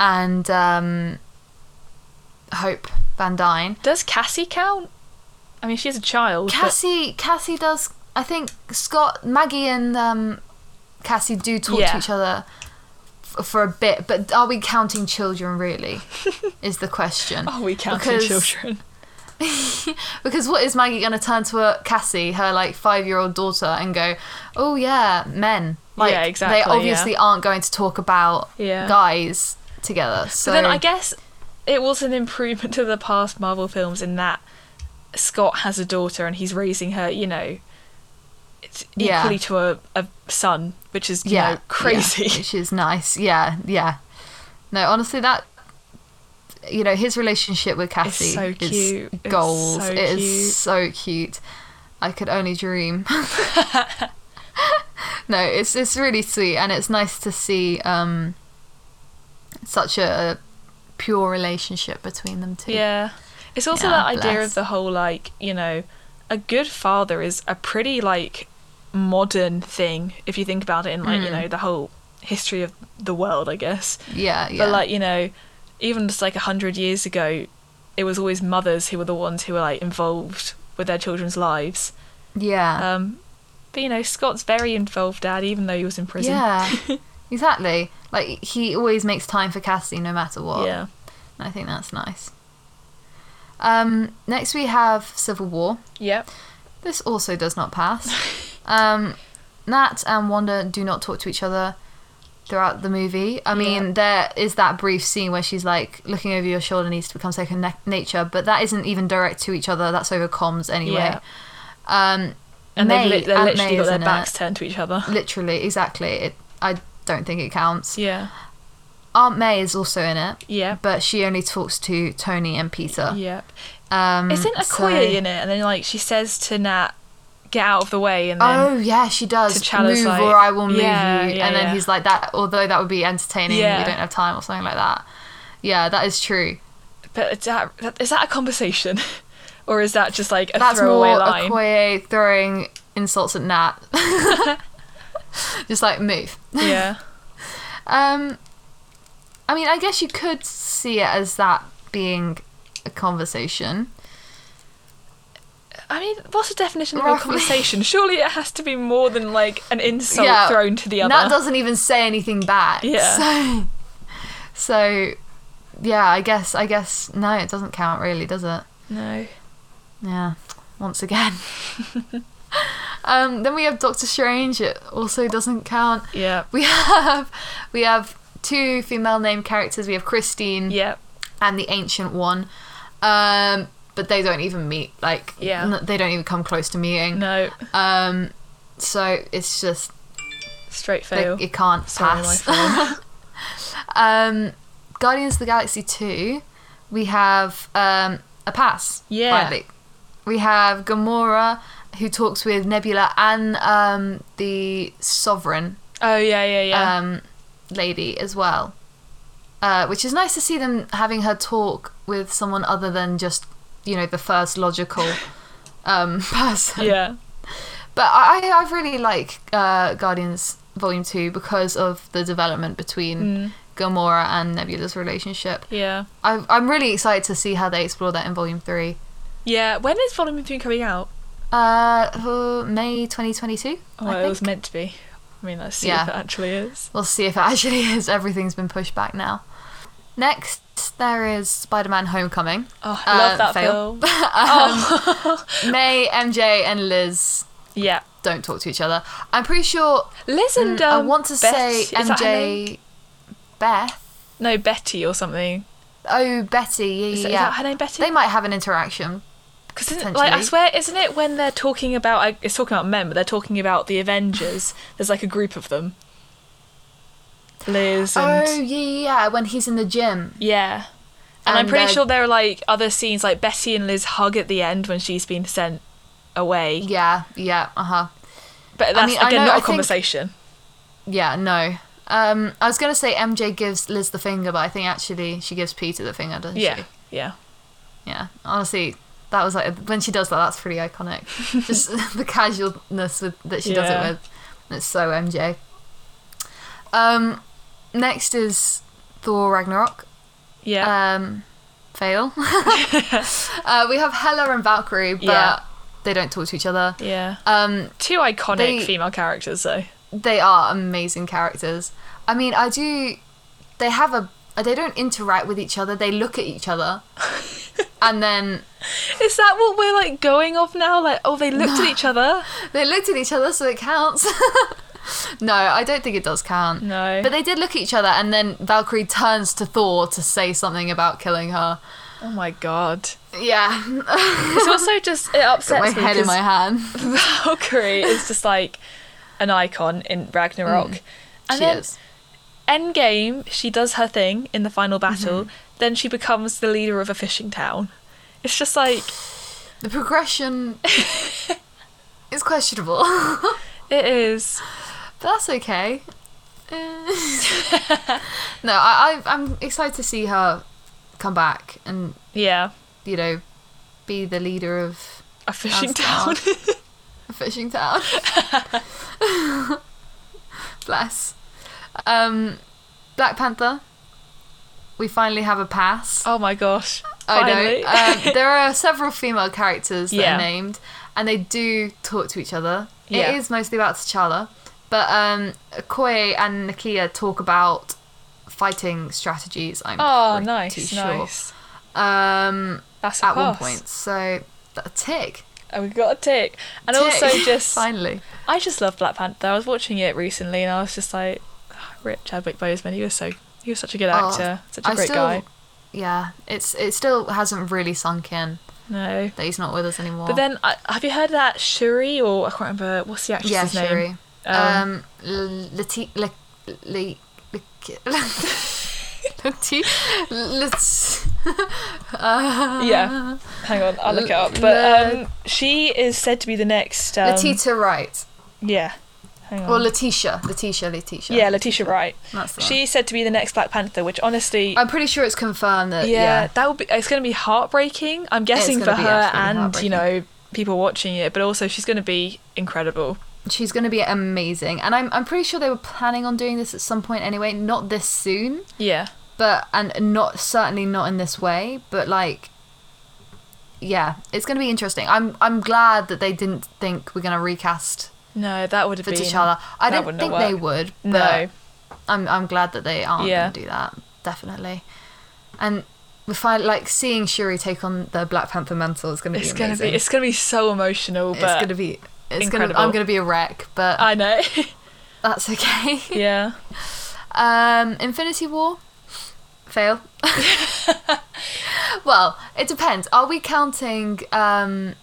Speaker 2: and um, Hope Van Dyne.
Speaker 1: Does Cassie count? I mean, she's a child. but-
Speaker 2: Cassie, Cassie does. I think Scott, Maggie, and um, Cassie do talk
Speaker 1: Yeah.
Speaker 2: to each other f- for a bit, but are we counting children? Really, is the question.
Speaker 1: Are we counting
Speaker 2: Because-
Speaker 1: children?
Speaker 2: Because what is Maggie going to turn to her, Cassie, her like five year old daughter, and go, "Oh yeah, men." Like,
Speaker 1: Yeah, exactly,
Speaker 2: They obviously aren't going to talk about
Speaker 1: Yeah.
Speaker 2: guys together. So
Speaker 1: But then I guess it was an improvement to the past Marvel films in that Scott has a daughter and he's raising her, you know, it's
Speaker 2: Yeah.
Speaker 1: equally to a, a son, which is, you
Speaker 2: yeah,
Speaker 1: know, crazy.
Speaker 2: yeah, which is nice. Yeah, yeah. No, honestly, that you know his relationship with Cassie
Speaker 1: so cute.
Speaker 2: is
Speaker 1: It's
Speaker 2: goals.
Speaker 1: so
Speaker 2: it is
Speaker 1: cute.
Speaker 2: so cute. I could only dream. no, it's it's really sweet, and it's nice to see um, such a pure relationship between them two.
Speaker 1: Yeah. It's also
Speaker 2: Yeah,
Speaker 1: that idea
Speaker 2: bless.
Speaker 1: of the whole like, you know, a good father is a pretty like modern thing if you think about it in
Speaker 2: Hmm.
Speaker 1: like, you know, the whole history of the world, I guess.
Speaker 2: yeah, yeah.
Speaker 1: But like, you know, even just like a hundred years ago, it was always mothers who were the ones who were like involved with their children's lives.
Speaker 2: yeah.
Speaker 1: Um but you know, Scott's very involved dad, even though he was in prison.
Speaker 2: Yeah, exactly. Like he always makes time for Cassie, no matter what.
Speaker 1: Yeah.
Speaker 2: And I think that's nice. Um, next we have Civil War.
Speaker 1: Yep.
Speaker 2: This also does not pass. um, Nat and Wanda do not talk to each other throughout the movie. I mean, there is that brief scene where she's like looking over your shoulder needs to become second na- nature, but that isn't even direct to each other. That's over comms anyway.
Speaker 1: Yeah.
Speaker 2: Um,
Speaker 1: And
Speaker 2: May,
Speaker 1: they've li- they
Speaker 2: Aunt
Speaker 1: literally
Speaker 2: May
Speaker 1: got
Speaker 2: is
Speaker 1: their
Speaker 2: in it.
Speaker 1: backs turned to each other.
Speaker 2: Literally, exactly. It, I don't think it counts.
Speaker 1: Yeah.
Speaker 2: Aunt May is also in it,
Speaker 1: Yep.
Speaker 2: but she only talks to Tony and Peter.
Speaker 1: Yep.
Speaker 2: Um,
Speaker 1: Isn't
Speaker 2: so-
Speaker 1: Okoye in it? And then like she says to Nat, "Get out of the way," and then
Speaker 2: Oh yeah, she does.
Speaker 1: T'Challa's
Speaker 2: move
Speaker 1: like-
Speaker 2: or I will move
Speaker 1: Yeah,
Speaker 2: you.
Speaker 1: yeah,
Speaker 2: and then
Speaker 1: yeah.
Speaker 2: he's like that. Although that would be entertaining, we
Speaker 1: Yeah.
Speaker 2: don't have time or something like that. Yeah, that is true.
Speaker 1: but is that, that- is that a conversation, or is that just like a
Speaker 2: That's
Speaker 1: throwaway
Speaker 2: more
Speaker 1: line?
Speaker 2: Okoye throwing insults at Nat. Just like move.
Speaker 1: yeah,
Speaker 2: Um, I mean, I guess you could see it as that being a conversation.
Speaker 1: I mean, what's the definition of a
Speaker 2: Roughly.
Speaker 1: conversation? Surely it has to be more than like an insult
Speaker 2: Yeah,
Speaker 1: thrown to the other.
Speaker 2: Nat doesn't even say anything back.
Speaker 1: Yeah.
Speaker 2: So, so, yeah, I guess, I guess, no, it doesn't count really, does it?
Speaker 1: no.
Speaker 2: Yeah, once again. um, then we have Doctor Strange. It also doesn't count.
Speaker 1: Yeah.
Speaker 2: We have we have two female named characters. We have Christine
Speaker 1: Yeah.
Speaker 2: and the Ancient One, um, but they don't even meet. Like,
Speaker 1: Yeah.
Speaker 2: n- they don't even come close to meeting.
Speaker 1: No.
Speaker 2: Um, so it's just
Speaker 1: Straight
Speaker 2: they-
Speaker 1: fail.
Speaker 2: it can't
Speaker 1: Sorry, my
Speaker 2: pass.
Speaker 1: phone.
Speaker 2: Um, Guardians of the Galaxy 2, we have um, a pass.
Speaker 1: Yeah.
Speaker 2: Finally. We have Gamora, who talks with Nebula and um, the Sovereign
Speaker 1: oh yeah, yeah, yeah.
Speaker 2: um, lady as well. Uh, which is nice to see them having her talk with someone other than just, you know, the first logical um, person.
Speaker 1: yeah.
Speaker 2: But I, I I really like uh, Guardians Volume 2 because of the development between
Speaker 1: Mm.
Speaker 2: Gamora and Nebula's relationship.
Speaker 1: Yeah.
Speaker 2: I, I'm really excited to see how they explore that in Volume 3.
Speaker 1: Yeah. When is Volume Three coming out?
Speaker 2: Uh, for May 2022.
Speaker 1: Oh,
Speaker 2: I
Speaker 1: it
Speaker 2: think.
Speaker 1: was meant to be. I mean, let's see
Speaker 2: Yeah.
Speaker 1: if it actually is.
Speaker 2: We'll see if it actually is. Everything's been pushed back now. Next, there is Spider Man Homecoming.
Speaker 1: Oh, I love
Speaker 2: Uh,
Speaker 1: that
Speaker 2: fail.
Speaker 1: film. Oh.
Speaker 2: May, MJ, and Liz
Speaker 1: Yeah.
Speaker 2: don't talk to each other. I'm pretty sure.
Speaker 1: Liz and
Speaker 2: Mm, I
Speaker 1: um,
Speaker 2: want to
Speaker 1: Bet-
Speaker 2: say
Speaker 1: is that her name?
Speaker 2: MJ Beth.
Speaker 1: No, Betty or something.
Speaker 2: Oh, Betty. Yeah,
Speaker 1: Is,
Speaker 2: yeah.
Speaker 1: that- is
Speaker 2: yeah.
Speaker 1: that her name Betty?
Speaker 2: They might have an interaction.
Speaker 1: Because like I
Speaker 2: potentially.
Speaker 1: swear, isn't it when they're talking about I, it's talking about men, but they're talking about the Avengers. There's like a group of them. Liz and
Speaker 2: Oh, yeah, yeah, yeah. When he's in the gym.
Speaker 1: yeah. And, I'm
Speaker 2: And
Speaker 1: pretty
Speaker 2: they're-
Speaker 1: sure there are like other scenes, like Betty and Liz hug at the end when she's been sent away.
Speaker 2: Yeah, yeah. Uh huh.
Speaker 1: But that's
Speaker 2: mean, I
Speaker 1: again
Speaker 2: know-
Speaker 1: not a
Speaker 2: I think-
Speaker 1: conversation.
Speaker 2: Yeah, no. Um, I was gonna say MJ gives Liz the finger, but I think actually she gives Peter the finger, doesn't
Speaker 1: Yeah,
Speaker 2: she?
Speaker 1: yeah,
Speaker 2: Yeah. Honestly, that was like when she does that. That's pretty iconic. Just the casualness with, that she does
Speaker 1: Yeah.
Speaker 2: it with. It's so MJ. Um, next is Thor Ragnarok.
Speaker 1: Yeah.
Speaker 2: Um, fail. uh, we have Hela and Valkyrie, but
Speaker 1: Yeah.
Speaker 2: they don't talk to each other.
Speaker 1: yeah.
Speaker 2: Um,
Speaker 1: Two iconic
Speaker 2: they-
Speaker 1: female characters, though.
Speaker 2: they are amazing characters. I mean, I do. They have a. They don't interact with each other. They look at each other, and then
Speaker 1: Is that what we're like going off now? Like, oh, they looked at each other.
Speaker 2: they looked at each other, so it counts. no, I don't think it does count.
Speaker 1: No.
Speaker 2: But they did look at each other, and then Valkyrie turns to Thor to say something about killing her.
Speaker 1: Oh my god.
Speaker 2: Yeah,
Speaker 1: It's also just it upsets
Speaker 2: my
Speaker 1: me
Speaker 2: head in
Speaker 1: 'cause
Speaker 2: my hand.
Speaker 1: Valkyrie is just like an icon in Ragnarok. And
Speaker 2: Mm. she
Speaker 1: then
Speaker 2: is.
Speaker 1: Endgame, she does her thing in the final
Speaker 2: Mm-hmm.
Speaker 1: battle. Then she becomes the leader of a fishing town. It's just like
Speaker 2: The progression is questionable, but
Speaker 1: it is.
Speaker 2: that's okay. Eh. no, I, I, I'm excited to see her come back and
Speaker 1: Yeah,
Speaker 2: you know be the leader of
Speaker 1: a fishing town.
Speaker 2: Asgard. a fishing town. Bless. Um, Black Panther. We finally have a pass.
Speaker 1: oh my gosh. Finally.
Speaker 2: I know. Um, there are several female characters that
Speaker 1: Yeah.
Speaker 2: are named, and they do talk to each other.
Speaker 1: Yeah.
Speaker 2: It is mostly about T'Challa, but um, Okoye and Nakia talk about fighting strategies. I'm
Speaker 1: Oh,
Speaker 2: pretty
Speaker 1: nice,
Speaker 2: sure.
Speaker 1: nice.
Speaker 2: Um,
Speaker 1: That's a
Speaker 2: at one
Speaker 1: pass.
Speaker 2: point, so a tick.
Speaker 1: And we've got a tick. And
Speaker 2: Tick.
Speaker 1: also just
Speaker 2: finally,
Speaker 1: I just love Black Panther. I was watching it recently, and I was just like, "Ah, Rip Chadwick Boseman. He was so he was such a good
Speaker 2: Oh,
Speaker 1: actor, such a
Speaker 2: I
Speaker 1: great
Speaker 2: still-
Speaker 1: guy.
Speaker 2: Yeah, it's it still hasn't really sunk in
Speaker 1: No,
Speaker 2: that he's not with us anymore.
Speaker 1: but then I, have you heard that Shuri or I can't remember what's the
Speaker 2: yeah,
Speaker 1: actress's name?
Speaker 2: Shuri.
Speaker 1: Um,
Speaker 2: Um, L- Lati- Le- Le- Le- Lati- Lati- Um,
Speaker 1: yeah, hang on, I'll look it up. But um, she is said to be the next. Um,
Speaker 2: Letitia uh, Wright.
Speaker 1: yeah, hang on.
Speaker 2: Or Letitia. Letitia, Letitia.
Speaker 1: yeah, Letitia Wright.
Speaker 2: That's the one.
Speaker 1: She's said to be the next Black Panther, which honestly,
Speaker 2: I'm pretty sure it's confirmed that.
Speaker 1: yeah,
Speaker 2: Yeah.
Speaker 1: that would be. It's going to be heartbreaking. I'm guessing for
Speaker 2: gonna be
Speaker 1: her
Speaker 2: absolutely
Speaker 1: and you know people watching it, but also she's going to be incredible.
Speaker 2: She's going to be amazing. And I'm, I'm pretty sure they were planning on doing this at some point anyway. Not this soon,
Speaker 1: Yeah.
Speaker 2: but. And not. Certainly not in this way, but like. Yeah, it's going to be interesting. I'm I'm glad that they didn't think we're going to recast
Speaker 1: No, that would have
Speaker 2: for
Speaker 1: been.
Speaker 2: T'Challa. I
Speaker 1: that
Speaker 2: don't
Speaker 1: wouldn't have
Speaker 2: think they
Speaker 1: worked.
Speaker 2: would. But
Speaker 1: No.
Speaker 2: I'm I'm glad that they aren't
Speaker 1: Yeah.
Speaker 2: going to do that. Definitely. And we find like seeing Shuri take on the Black Panther mantle is going to be
Speaker 1: It's gonna
Speaker 2: amazing.
Speaker 1: be it's gonna be so emotional,
Speaker 2: It's
Speaker 1: but
Speaker 2: gonna be it's going to
Speaker 1: incredible. Uh,
Speaker 2: I'm going to be a wreck, but
Speaker 1: I know.
Speaker 2: that's okay.
Speaker 1: yeah.
Speaker 2: Um Infinity War fail. well, it depends. Are we counting um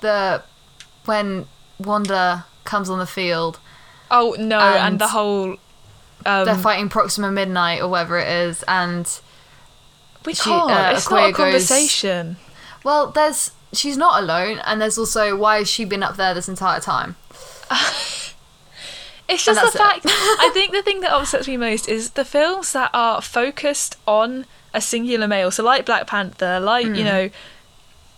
Speaker 2: the when Wanda comes on the field
Speaker 1: Oh no, and,
Speaker 2: And-
Speaker 1: the whole um
Speaker 2: they're fighting Proxima Midnight or whatever it is, and
Speaker 1: we
Speaker 2: she-
Speaker 1: can't.
Speaker 2: uh,
Speaker 1: it's not a
Speaker 2: Okoye goes-
Speaker 1: conversation.
Speaker 2: well, there's she's not alone, and there's also why has she been up there this entire time?
Speaker 1: It's
Speaker 2: And
Speaker 1: just the
Speaker 2: that's
Speaker 1: fact I think the thing that upsets me most is the films that are focused on a singular male. So like Black Panther, like,
Speaker 2: Hmm.
Speaker 1: you know,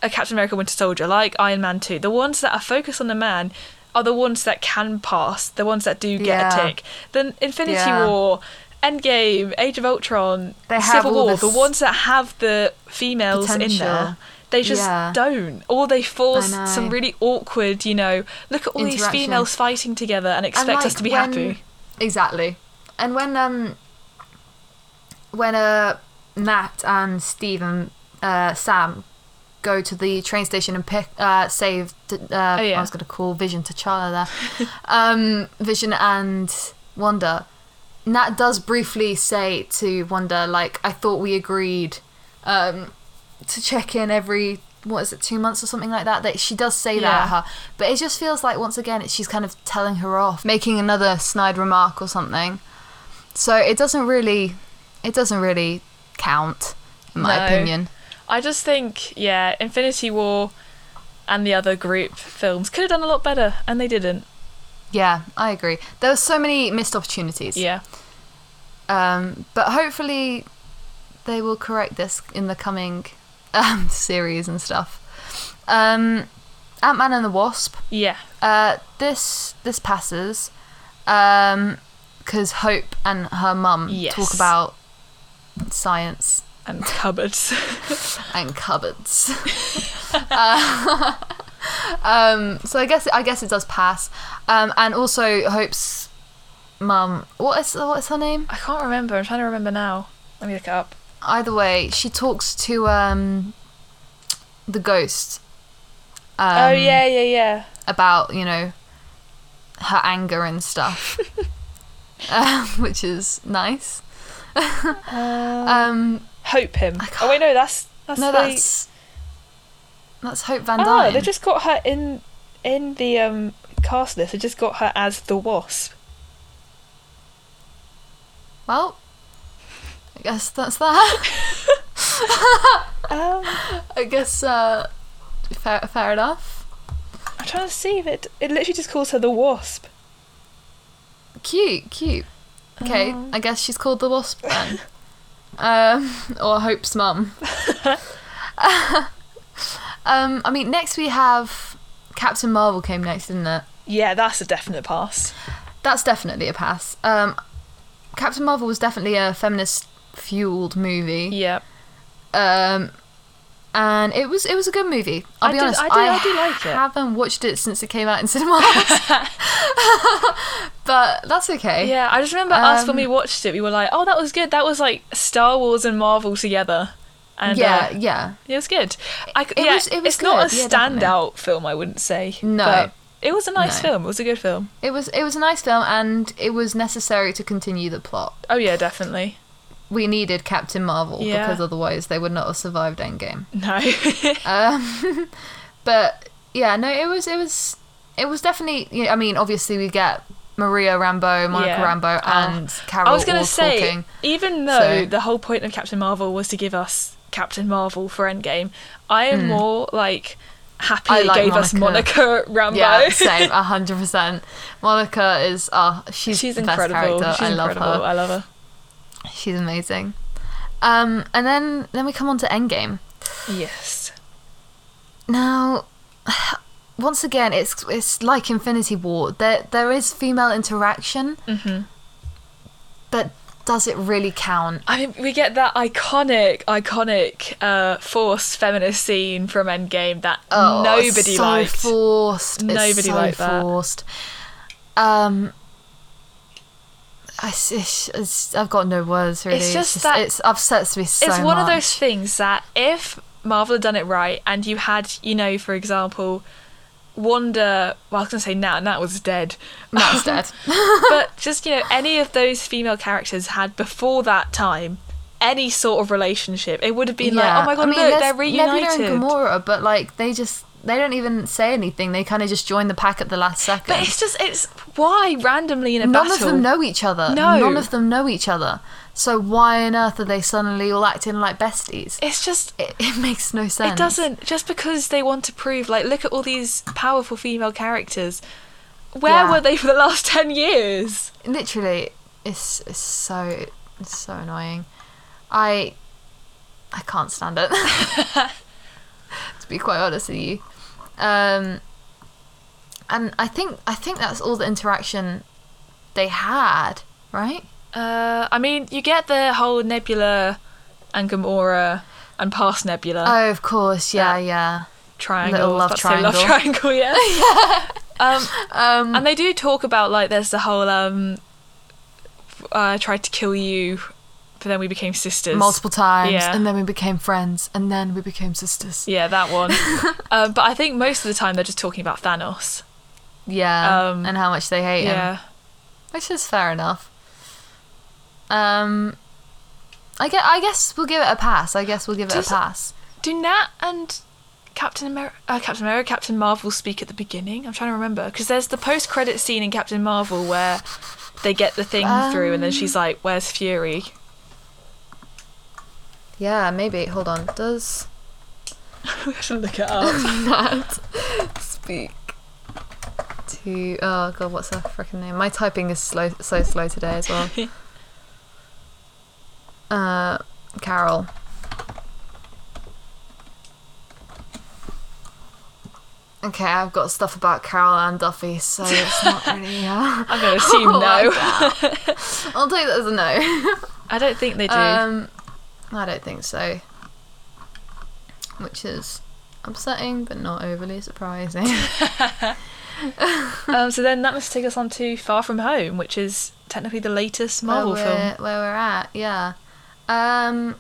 Speaker 1: a Captain America Winter Soldier, like Iron Man 2. The ones that are focused on the man are the ones that can pass, the ones that do get
Speaker 2: Yeah.
Speaker 1: a tick. Then Infinity
Speaker 2: Yeah.
Speaker 1: War, Endgame, Age of Ultron,
Speaker 2: They have
Speaker 1: Civil
Speaker 2: all
Speaker 1: War,
Speaker 2: this
Speaker 1: the ones that have the females in
Speaker 2: potential.
Speaker 1: there. They just
Speaker 2: Yeah.
Speaker 1: don't, or they force
Speaker 2: know.
Speaker 1: some really awkward, you know. Look at all these
Speaker 2: Interaction.
Speaker 1: females fighting together and
Speaker 2: And,
Speaker 1: expect us
Speaker 2: like,
Speaker 1: to be
Speaker 2: when-
Speaker 1: happy.
Speaker 2: Exactly. And when um when uh Nat and Steve and uh, Sam go to the train station and pick uh save t- uh,
Speaker 1: Oh, yeah.
Speaker 2: I was gonna call Vision T'Challa there. um Vision and Wanda. Nat does briefly say to Wanda, like, I thought we agreed um to check in every what is it two months or something like that that she does say that
Speaker 1: Yeah.
Speaker 2: at her but it just feels like once again she's kind of telling her off making another snide remark or something so it doesn't really it doesn't really count in my
Speaker 1: No.
Speaker 2: opinion
Speaker 1: I just think, yeah, Infinity War and the other group films could have done a lot better, and they didn't.
Speaker 2: yeah i agree there were so many missed opportunities
Speaker 1: Yeah,
Speaker 2: um but hopefully they will correct this in the coming um series and stuff um ant-man and the wasp
Speaker 1: yeah,
Speaker 2: Uh, this this passes, um, because Hope and her mum
Speaker 1: Yes.
Speaker 2: talk about science
Speaker 1: and cupboards.
Speaker 2: and cupboards. Uh, um, so I guess I guess it does pass. Um, and also Hope's mum. What is what is her name?
Speaker 1: I can't remember. I'm trying to remember now. Let me look it up.
Speaker 2: Either way, she talks to um, the ghost. Um,
Speaker 1: oh yeah, yeah, yeah.
Speaker 2: About you know her anger and stuff, um, which is nice. um,
Speaker 1: Hope him.
Speaker 2: I can't-
Speaker 1: Oh wait, no, that's Oh, that's
Speaker 2: no,
Speaker 1: the-
Speaker 2: that's that's Hope Van
Speaker 1: Oh,
Speaker 2: Dyne.
Speaker 1: they just got her in in the um cast list. They just got her as the Wasp.
Speaker 2: Well, I guess that's that.
Speaker 1: Um,
Speaker 2: I guess uh, fair, fair enough.
Speaker 1: I'm trying to see if it. It literally just calls her the Wasp.
Speaker 2: Cute, cute. Okay,
Speaker 1: Oh.
Speaker 2: I guess she's called the Wasp then, um, or Hope's mum. um, I mean, next we have Captain Marvel came next, didn't it?
Speaker 1: Yeah, that's a definite pass.
Speaker 2: That's definitely a pass. Um, Captain Marvel was definitely a feminist fueled movie.
Speaker 1: Yeah,
Speaker 2: Um, and it was it was a good movie. I'll
Speaker 1: I
Speaker 2: be
Speaker 1: did-
Speaker 2: honest.
Speaker 1: I did- I do like it.
Speaker 2: haven't watched it since it came out in cinemas, but that's okay.
Speaker 1: yeah. I just remember us when
Speaker 2: Eh, Um,
Speaker 1: we watched it. We were like, "Oh, that was good. That was like Star Wars and Marvel together." And
Speaker 2: yeah,
Speaker 1: uh,
Speaker 2: yeah.
Speaker 1: it was good. I, c-
Speaker 2: It
Speaker 1: yeah,
Speaker 2: was- it was
Speaker 1: it's not a
Speaker 2: good, yeah, definitely.
Speaker 1: standout film, I wouldn't say.
Speaker 2: No.
Speaker 1: but it was a nice
Speaker 2: No.
Speaker 1: film. It was a good film.
Speaker 2: It was it was a nice film, and it was necessary to continue the plot.
Speaker 1: Oh yeah, definitely.
Speaker 2: We needed Captain Marvel
Speaker 1: Yeah.
Speaker 2: because otherwise they would not have survived Endgame.
Speaker 1: No.
Speaker 2: Um, but yeah, no, it was it was it was definitely. yeah, I mean, obviously we get Maria Rambo, Monica
Speaker 1: Yeah.
Speaker 2: Rambo,
Speaker 1: Oh.
Speaker 2: and Carol.
Speaker 1: I was going
Speaker 2: all
Speaker 1: to say,
Speaker 2: talking.
Speaker 1: even though
Speaker 2: so-
Speaker 1: the whole point of Captain Marvel was to give us Captain Marvel for Endgame, I am more like happy
Speaker 2: Hmm. I
Speaker 1: it
Speaker 2: like
Speaker 1: gave us
Speaker 2: Monica.
Speaker 1: Monica Rambo.
Speaker 2: Yeah, same, hundred percent. Monica is oh, she's,
Speaker 1: She's
Speaker 2: the best
Speaker 1: incredible.
Speaker 2: character.
Speaker 1: She's
Speaker 2: I love
Speaker 1: incredible. I love her.
Speaker 2: her. She's amazing. Um, and then then we come on to Endgame.
Speaker 1: Yes.
Speaker 2: Now, once again, it's it's like Infinity War. There there is female interaction,
Speaker 1: Mm-hmm.
Speaker 2: but does it really count?
Speaker 1: I mean, we get that iconic, iconic, uh, forced feminist scene from Endgame that
Speaker 2: Oh,
Speaker 1: nobody
Speaker 2: so
Speaker 1: liked.
Speaker 2: Forced. It's
Speaker 1: Nobody
Speaker 2: so
Speaker 1: liked that.
Speaker 2: forced. Um. I, it's, it's, I've got no words really.
Speaker 1: just that-
Speaker 2: it's upsets me so
Speaker 1: it's one of
Speaker 2: much.
Speaker 1: those things that if Marvel had done it right and you had, you know, for example, Wanda, well, I was going to say Nat, Nat was dead.
Speaker 2: Matt's dead.
Speaker 1: but just you know any of those female characters had before that time any sort of relationship it would have been like oh my god look they're reunited
Speaker 2: Nebula and Gamora, but like they just they don't even say anything. They kind of just join the pack at the last second.
Speaker 1: but it's just it's why randomly in a
Speaker 2: None
Speaker 1: battle
Speaker 2: of them know each other.
Speaker 1: No.
Speaker 2: None of them know each other. So why on earth are they suddenly all acting like besties?
Speaker 1: it's just
Speaker 2: It, it makes no sense.
Speaker 1: it doesn't just because they want to prove like look at all these powerful female characters where
Speaker 2: Yeah.
Speaker 1: were they for the last 10 years
Speaker 2: Literally, it's, it's so it's so annoying. I I can't stand it. to be quite honest with you, um, and I think I think that's all the interaction they had, right?
Speaker 1: uh i mean you get the whole nebula and gamora and past nebula
Speaker 2: Oh, of course, yeah,
Speaker 1: Uh,
Speaker 2: yeah.
Speaker 1: triangle.
Speaker 2: Little love
Speaker 1: About to say Love
Speaker 2: triangle.
Speaker 1: triangle, yeah. um,
Speaker 2: Um,
Speaker 1: and they do talk about like there's the whole um, I tried to kill you, but then we became sisters.
Speaker 2: multiple times,
Speaker 1: yeah.
Speaker 2: and then we became friends, and then we became sisters.
Speaker 1: Yeah, that one. um, but I think most of the time they're just talking about Thanos.
Speaker 2: Yeah,
Speaker 1: Um,
Speaker 2: and how much they hate him.
Speaker 1: Yeah.
Speaker 2: which is fair enough. Um, I guess, I guess we'll give it a pass. I guess we'll give it
Speaker 1: Does-
Speaker 2: a pass.
Speaker 1: Do Nat and Captain America, uh, Captain America, Captain Marvel speak at the beginning? I'm trying to remember because there's the post-credit scene in Captain Marvel where they get the thing
Speaker 2: Ah.
Speaker 1: through, and then she's like, "Where's Fury?"
Speaker 2: Yeah, maybe. Hold on. Does
Speaker 1: we should look it up.
Speaker 2: that speak to? Oh god, what's her freaking name? My typing is slow, so slow today as well. uh, Carol. Okay, I've got stuff about Carol and Duffy, so it's not really. Uh,
Speaker 1: I'm gonna assume no.
Speaker 2: I'll take that as a no.
Speaker 1: I don't think they do.
Speaker 2: Um, I don't think so. Which is upsetting, but not overly surprising.
Speaker 1: um, so then that must take us on to Far From Home, which is technically the latest Marvel
Speaker 2: where
Speaker 1: film.
Speaker 2: Oh, we're, Where we're at, yeah. Um,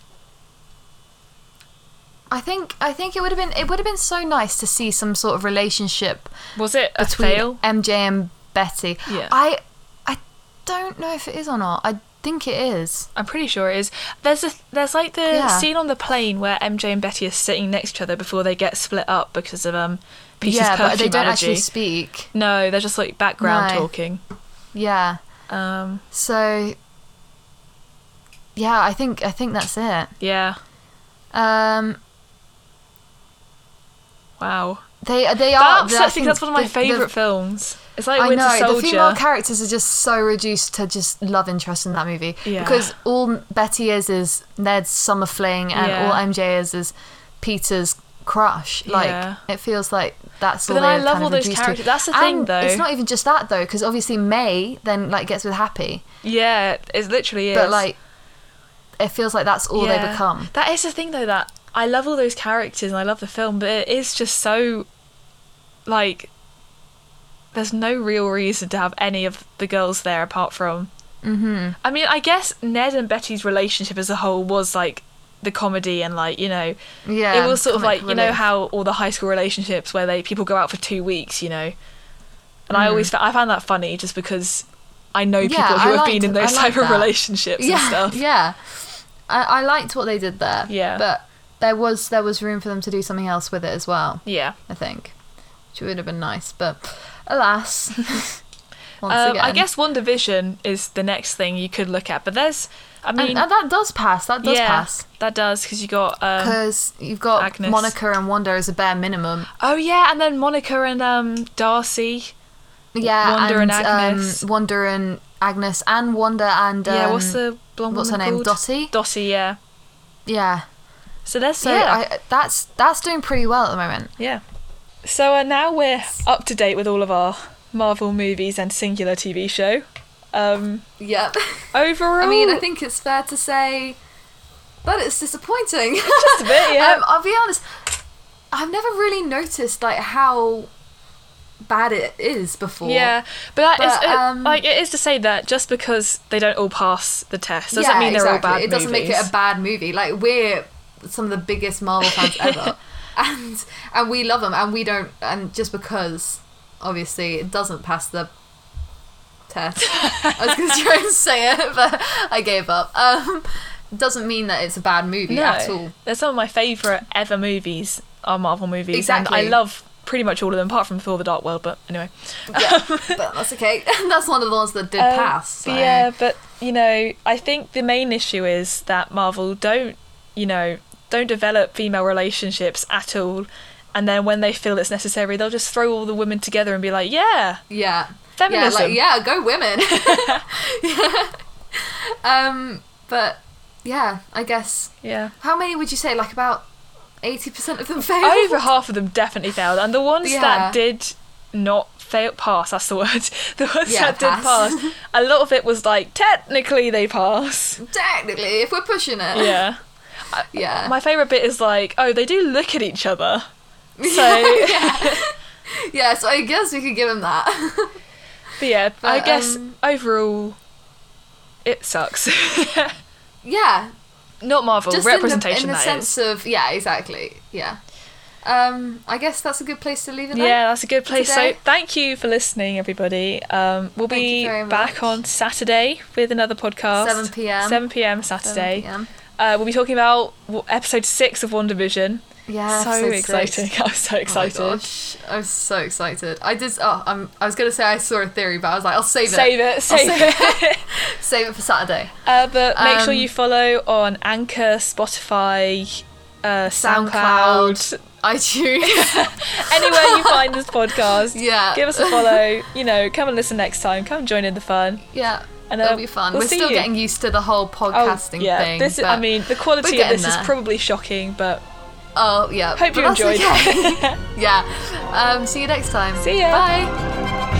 Speaker 2: I think I think it would have been it would have been so nice to see some sort of relationship
Speaker 1: Was it a
Speaker 2: between
Speaker 1: fail?
Speaker 2: MJ and Betty.
Speaker 1: Yeah.
Speaker 2: I I don't know if it is or not. I think it is.
Speaker 1: I'm pretty sure it is. There's a there's like the
Speaker 2: Yeah.
Speaker 1: scene on the plane where MJ and Betty are sitting next to each other before they get split up because of um Peter's
Speaker 2: yeah,
Speaker 1: perfume
Speaker 2: but they don't
Speaker 1: allergy.
Speaker 2: actually speak.
Speaker 1: no, they're just like background
Speaker 2: No.
Speaker 1: talking.
Speaker 2: Yeah.
Speaker 1: Um,
Speaker 2: So yeah, I think I think that's it.
Speaker 1: yeah.
Speaker 2: Um,
Speaker 1: Wow.
Speaker 2: they they are.
Speaker 1: That's,
Speaker 2: they-
Speaker 1: I think that's one of my
Speaker 2: the- the-
Speaker 1: favorite films. It's like
Speaker 2: I
Speaker 1: Winter
Speaker 2: know
Speaker 1: Soldier.
Speaker 2: the female characters are just so reduced to just love interest in that movie
Speaker 1: Yeah.
Speaker 2: because all Betty is is Ned's summer fling and
Speaker 1: Yeah.
Speaker 2: all MJ is is Peter's crush. Like
Speaker 1: Yeah.
Speaker 2: it feels like that's
Speaker 1: But
Speaker 2: all.
Speaker 1: then I
Speaker 2: they're
Speaker 1: love
Speaker 2: kind
Speaker 1: all
Speaker 2: of
Speaker 1: those
Speaker 2: reduced
Speaker 1: characters.
Speaker 2: To.
Speaker 1: That's the thing,
Speaker 2: And
Speaker 1: though.
Speaker 2: It's not even just that though, because obviously May then like gets with Happy,
Speaker 1: yeah, it literally is.
Speaker 2: but like it feels like that's all they
Speaker 1: Yeah.
Speaker 2: become.
Speaker 1: That is the thing though that I love all those characters and I love the film, but it is just so like there's no real reason to have any of the girls there apart from
Speaker 2: Mm-hmm.
Speaker 1: I mean, I guess Ned and Betty's relationship as a whole was like the comedy and like, you know,
Speaker 2: Yeah,
Speaker 1: it was sort of like,
Speaker 2: comic
Speaker 1: you know
Speaker 2: relief.
Speaker 1: how all the high school relationships where they people go out for 2 weeks, you know. And I always fa- I found that funny just because I know people
Speaker 2: Mm. Yeah,
Speaker 1: who
Speaker 2: I
Speaker 1: have
Speaker 2: liked-
Speaker 1: been in
Speaker 2: I
Speaker 1: those type
Speaker 2: liked
Speaker 1: of
Speaker 2: that.
Speaker 1: relationships
Speaker 2: yeah,
Speaker 1: and stuff.
Speaker 2: Yeah, I, I liked what they did there.
Speaker 1: Yeah.
Speaker 2: but there was there was room for them to do something else with it as well.
Speaker 1: Yeah.
Speaker 2: I think, which would have been nice, but alas, once
Speaker 1: Um,
Speaker 2: again,
Speaker 1: I guess One Division is the next thing you could look at, but there's, I
Speaker 2: And-
Speaker 1: mean,
Speaker 2: and that does pass. That does
Speaker 1: yeah,
Speaker 2: pass.
Speaker 1: that does because you got, um,
Speaker 2: Because you've got
Speaker 1: Agnes.
Speaker 2: Monica and Wanda as a bare minimum.
Speaker 1: oh yeah, and then Monica and um, Darcy.
Speaker 2: Yeah,
Speaker 1: Wanda
Speaker 2: and,
Speaker 1: and Agnes.
Speaker 2: Um, Wanda and Agnes and Wanda and um,
Speaker 1: yeah, what's the blonde
Speaker 2: what's her
Speaker 1: woman
Speaker 2: name?
Speaker 1: called?
Speaker 2: Dottie?
Speaker 1: Dottie, yeah.
Speaker 2: yeah.
Speaker 1: So there's
Speaker 2: So
Speaker 1: yeah,
Speaker 2: I, that's that's doing pretty well at the moment.
Speaker 1: yeah. So uh, now we're up to date with all of our Marvel movies and singular TV show. Um,
Speaker 2: Yep.
Speaker 1: overall,
Speaker 2: think it's fair to say that it's disappointing.
Speaker 1: just a bit, yeah.
Speaker 2: Um, I'll be honest. I've never really noticed like how bad it is before.
Speaker 1: Yeah, but, that is
Speaker 2: But,
Speaker 1: it-
Speaker 2: um,
Speaker 1: like it is to say that just because they don't all pass the test doesn't
Speaker 2: Yeah,
Speaker 1: mean they're
Speaker 2: exactly.
Speaker 1: all bad
Speaker 2: It doesn't make it
Speaker 1: movies.
Speaker 2: a bad movie. Like we're some of the biggest Marvel fans ever, and and we love them, and we don't, and just because obviously it doesn't pass the test. I was going to try and say it, but I gave up. Um, doesn't mean that it's a bad movie
Speaker 1: no,
Speaker 2: at all.
Speaker 1: they're some of my favourite ever movies are Marvel movies, and
Speaker 2: Exactly.
Speaker 1: I love pretty much all of them apart from Thor: The Dark World. But anyway,
Speaker 2: Yeah, but that's okay. that's one of the ones that did
Speaker 1: Um,
Speaker 2: pass.
Speaker 1: but
Speaker 2: so-
Speaker 1: Yeah, but you know, I think the main issue is that Marvel don't, you know, don't develop female relationships at all, and then when they feel it's necessary, they'll just throw all the women together and be like, yeah,
Speaker 2: Yeah.
Speaker 1: Feminism.
Speaker 2: Yeah, like, yeah go women. yeah. Um, but yeah, I guess.
Speaker 1: yeah.
Speaker 2: How many would you say? Like about 80% of them fail?
Speaker 1: Over half of them definitely failed, and the ones
Speaker 2: Yeah.
Speaker 1: that did not fail pass that's the word the ones
Speaker 2: Yeah,
Speaker 1: that did
Speaker 2: pass.
Speaker 1: pass a lot of it was like technically they pass
Speaker 2: Technically, if we're pushing it.
Speaker 1: yeah
Speaker 2: Yeah.
Speaker 1: my favorite bit is like oh they do look at each other so
Speaker 2: yeah. Yeah, so I guess we could give them that.
Speaker 1: But yeah, I
Speaker 2: But,
Speaker 1: guess
Speaker 2: um,
Speaker 1: overall, it sucks.
Speaker 2: yeah.
Speaker 1: Not Marvel
Speaker 2: Just
Speaker 1: representation.
Speaker 2: in the, in the
Speaker 1: that
Speaker 2: sense
Speaker 1: is.
Speaker 2: of. Yeah, exactly. Yeah. Um, I guess that's a good place to leave it
Speaker 1: Yeah, that's a good place.
Speaker 2: today.
Speaker 1: So thank you for listening, everybody. Um, we'll
Speaker 2: Thank you
Speaker 1: be
Speaker 2: very much.
Speaker 1: back on Saturday with another podcast.
Speaker 2: 7 p.m..
Speaker 1: 7 p.m.
Speaker 2: then.
Speaker 1: Saturday.
Speaker 2: 7 p.m..
Speaker 1: Uh, we'll be talking about w- episode six of One Division.
Speaker 2: Yeah.
Speaker 1: so
Speaker 2: episode six.
Speaker 1: exciting! i was so excited.
Speaker 2: Oh my gosh, I was so excited. I did. Oh, I'm, I was gonna say I saw a theory, but I was like, I'll save it.
Speaker 1: Save it, save
Speaker 2: save
Speaker 1: it.
Speaker 2: Save it for Saturday.
Speaker 1: Uh, but make sure
Speaker 2: Um,
Speaker 1: you follow on Anchor, Spotify, uh,
Speaker 2: SoundCloud.
Speaker 1: SoundCloud,
Speaker 2: iTunes.
Speaker 1: anywhere you find this podcast.
Speaker 2: Yeah.
Speaker 1: Give us a follow. You know, come and listen next time. Come join in the fun.
Speaker 2: yeah.
Speaker 1: And
Speaker 2: It'll
Speaker 1: uh,
Speaker 2: be fun.
Speaker 1: we'll
Speaker 2: We're
Speaker 1: see
Speaker 2: still
Speaker 1: you.
Speaker 2: getting used to the whole podcasting
Speaker 1: oh, yeah.
Speaker 2: thing.
Speaker 1: This is,
Speaker 2: but-
Speaker 1: I mean, the quality of
Speaker 2: getting
Speaker 1: this
Speaker 2: there.
Speaker 1: is probably shocking, but
Speaker 2: oh yeah.
Speaker 1: hope
Speaker 2: but
Speaker 1: you
Speaker 2: that's
Speaker 1: enjoyed.
Speaker 2: okay. yeah. Um, see you next time.
Speaker 1: See ya.
Speaker 2: Bye.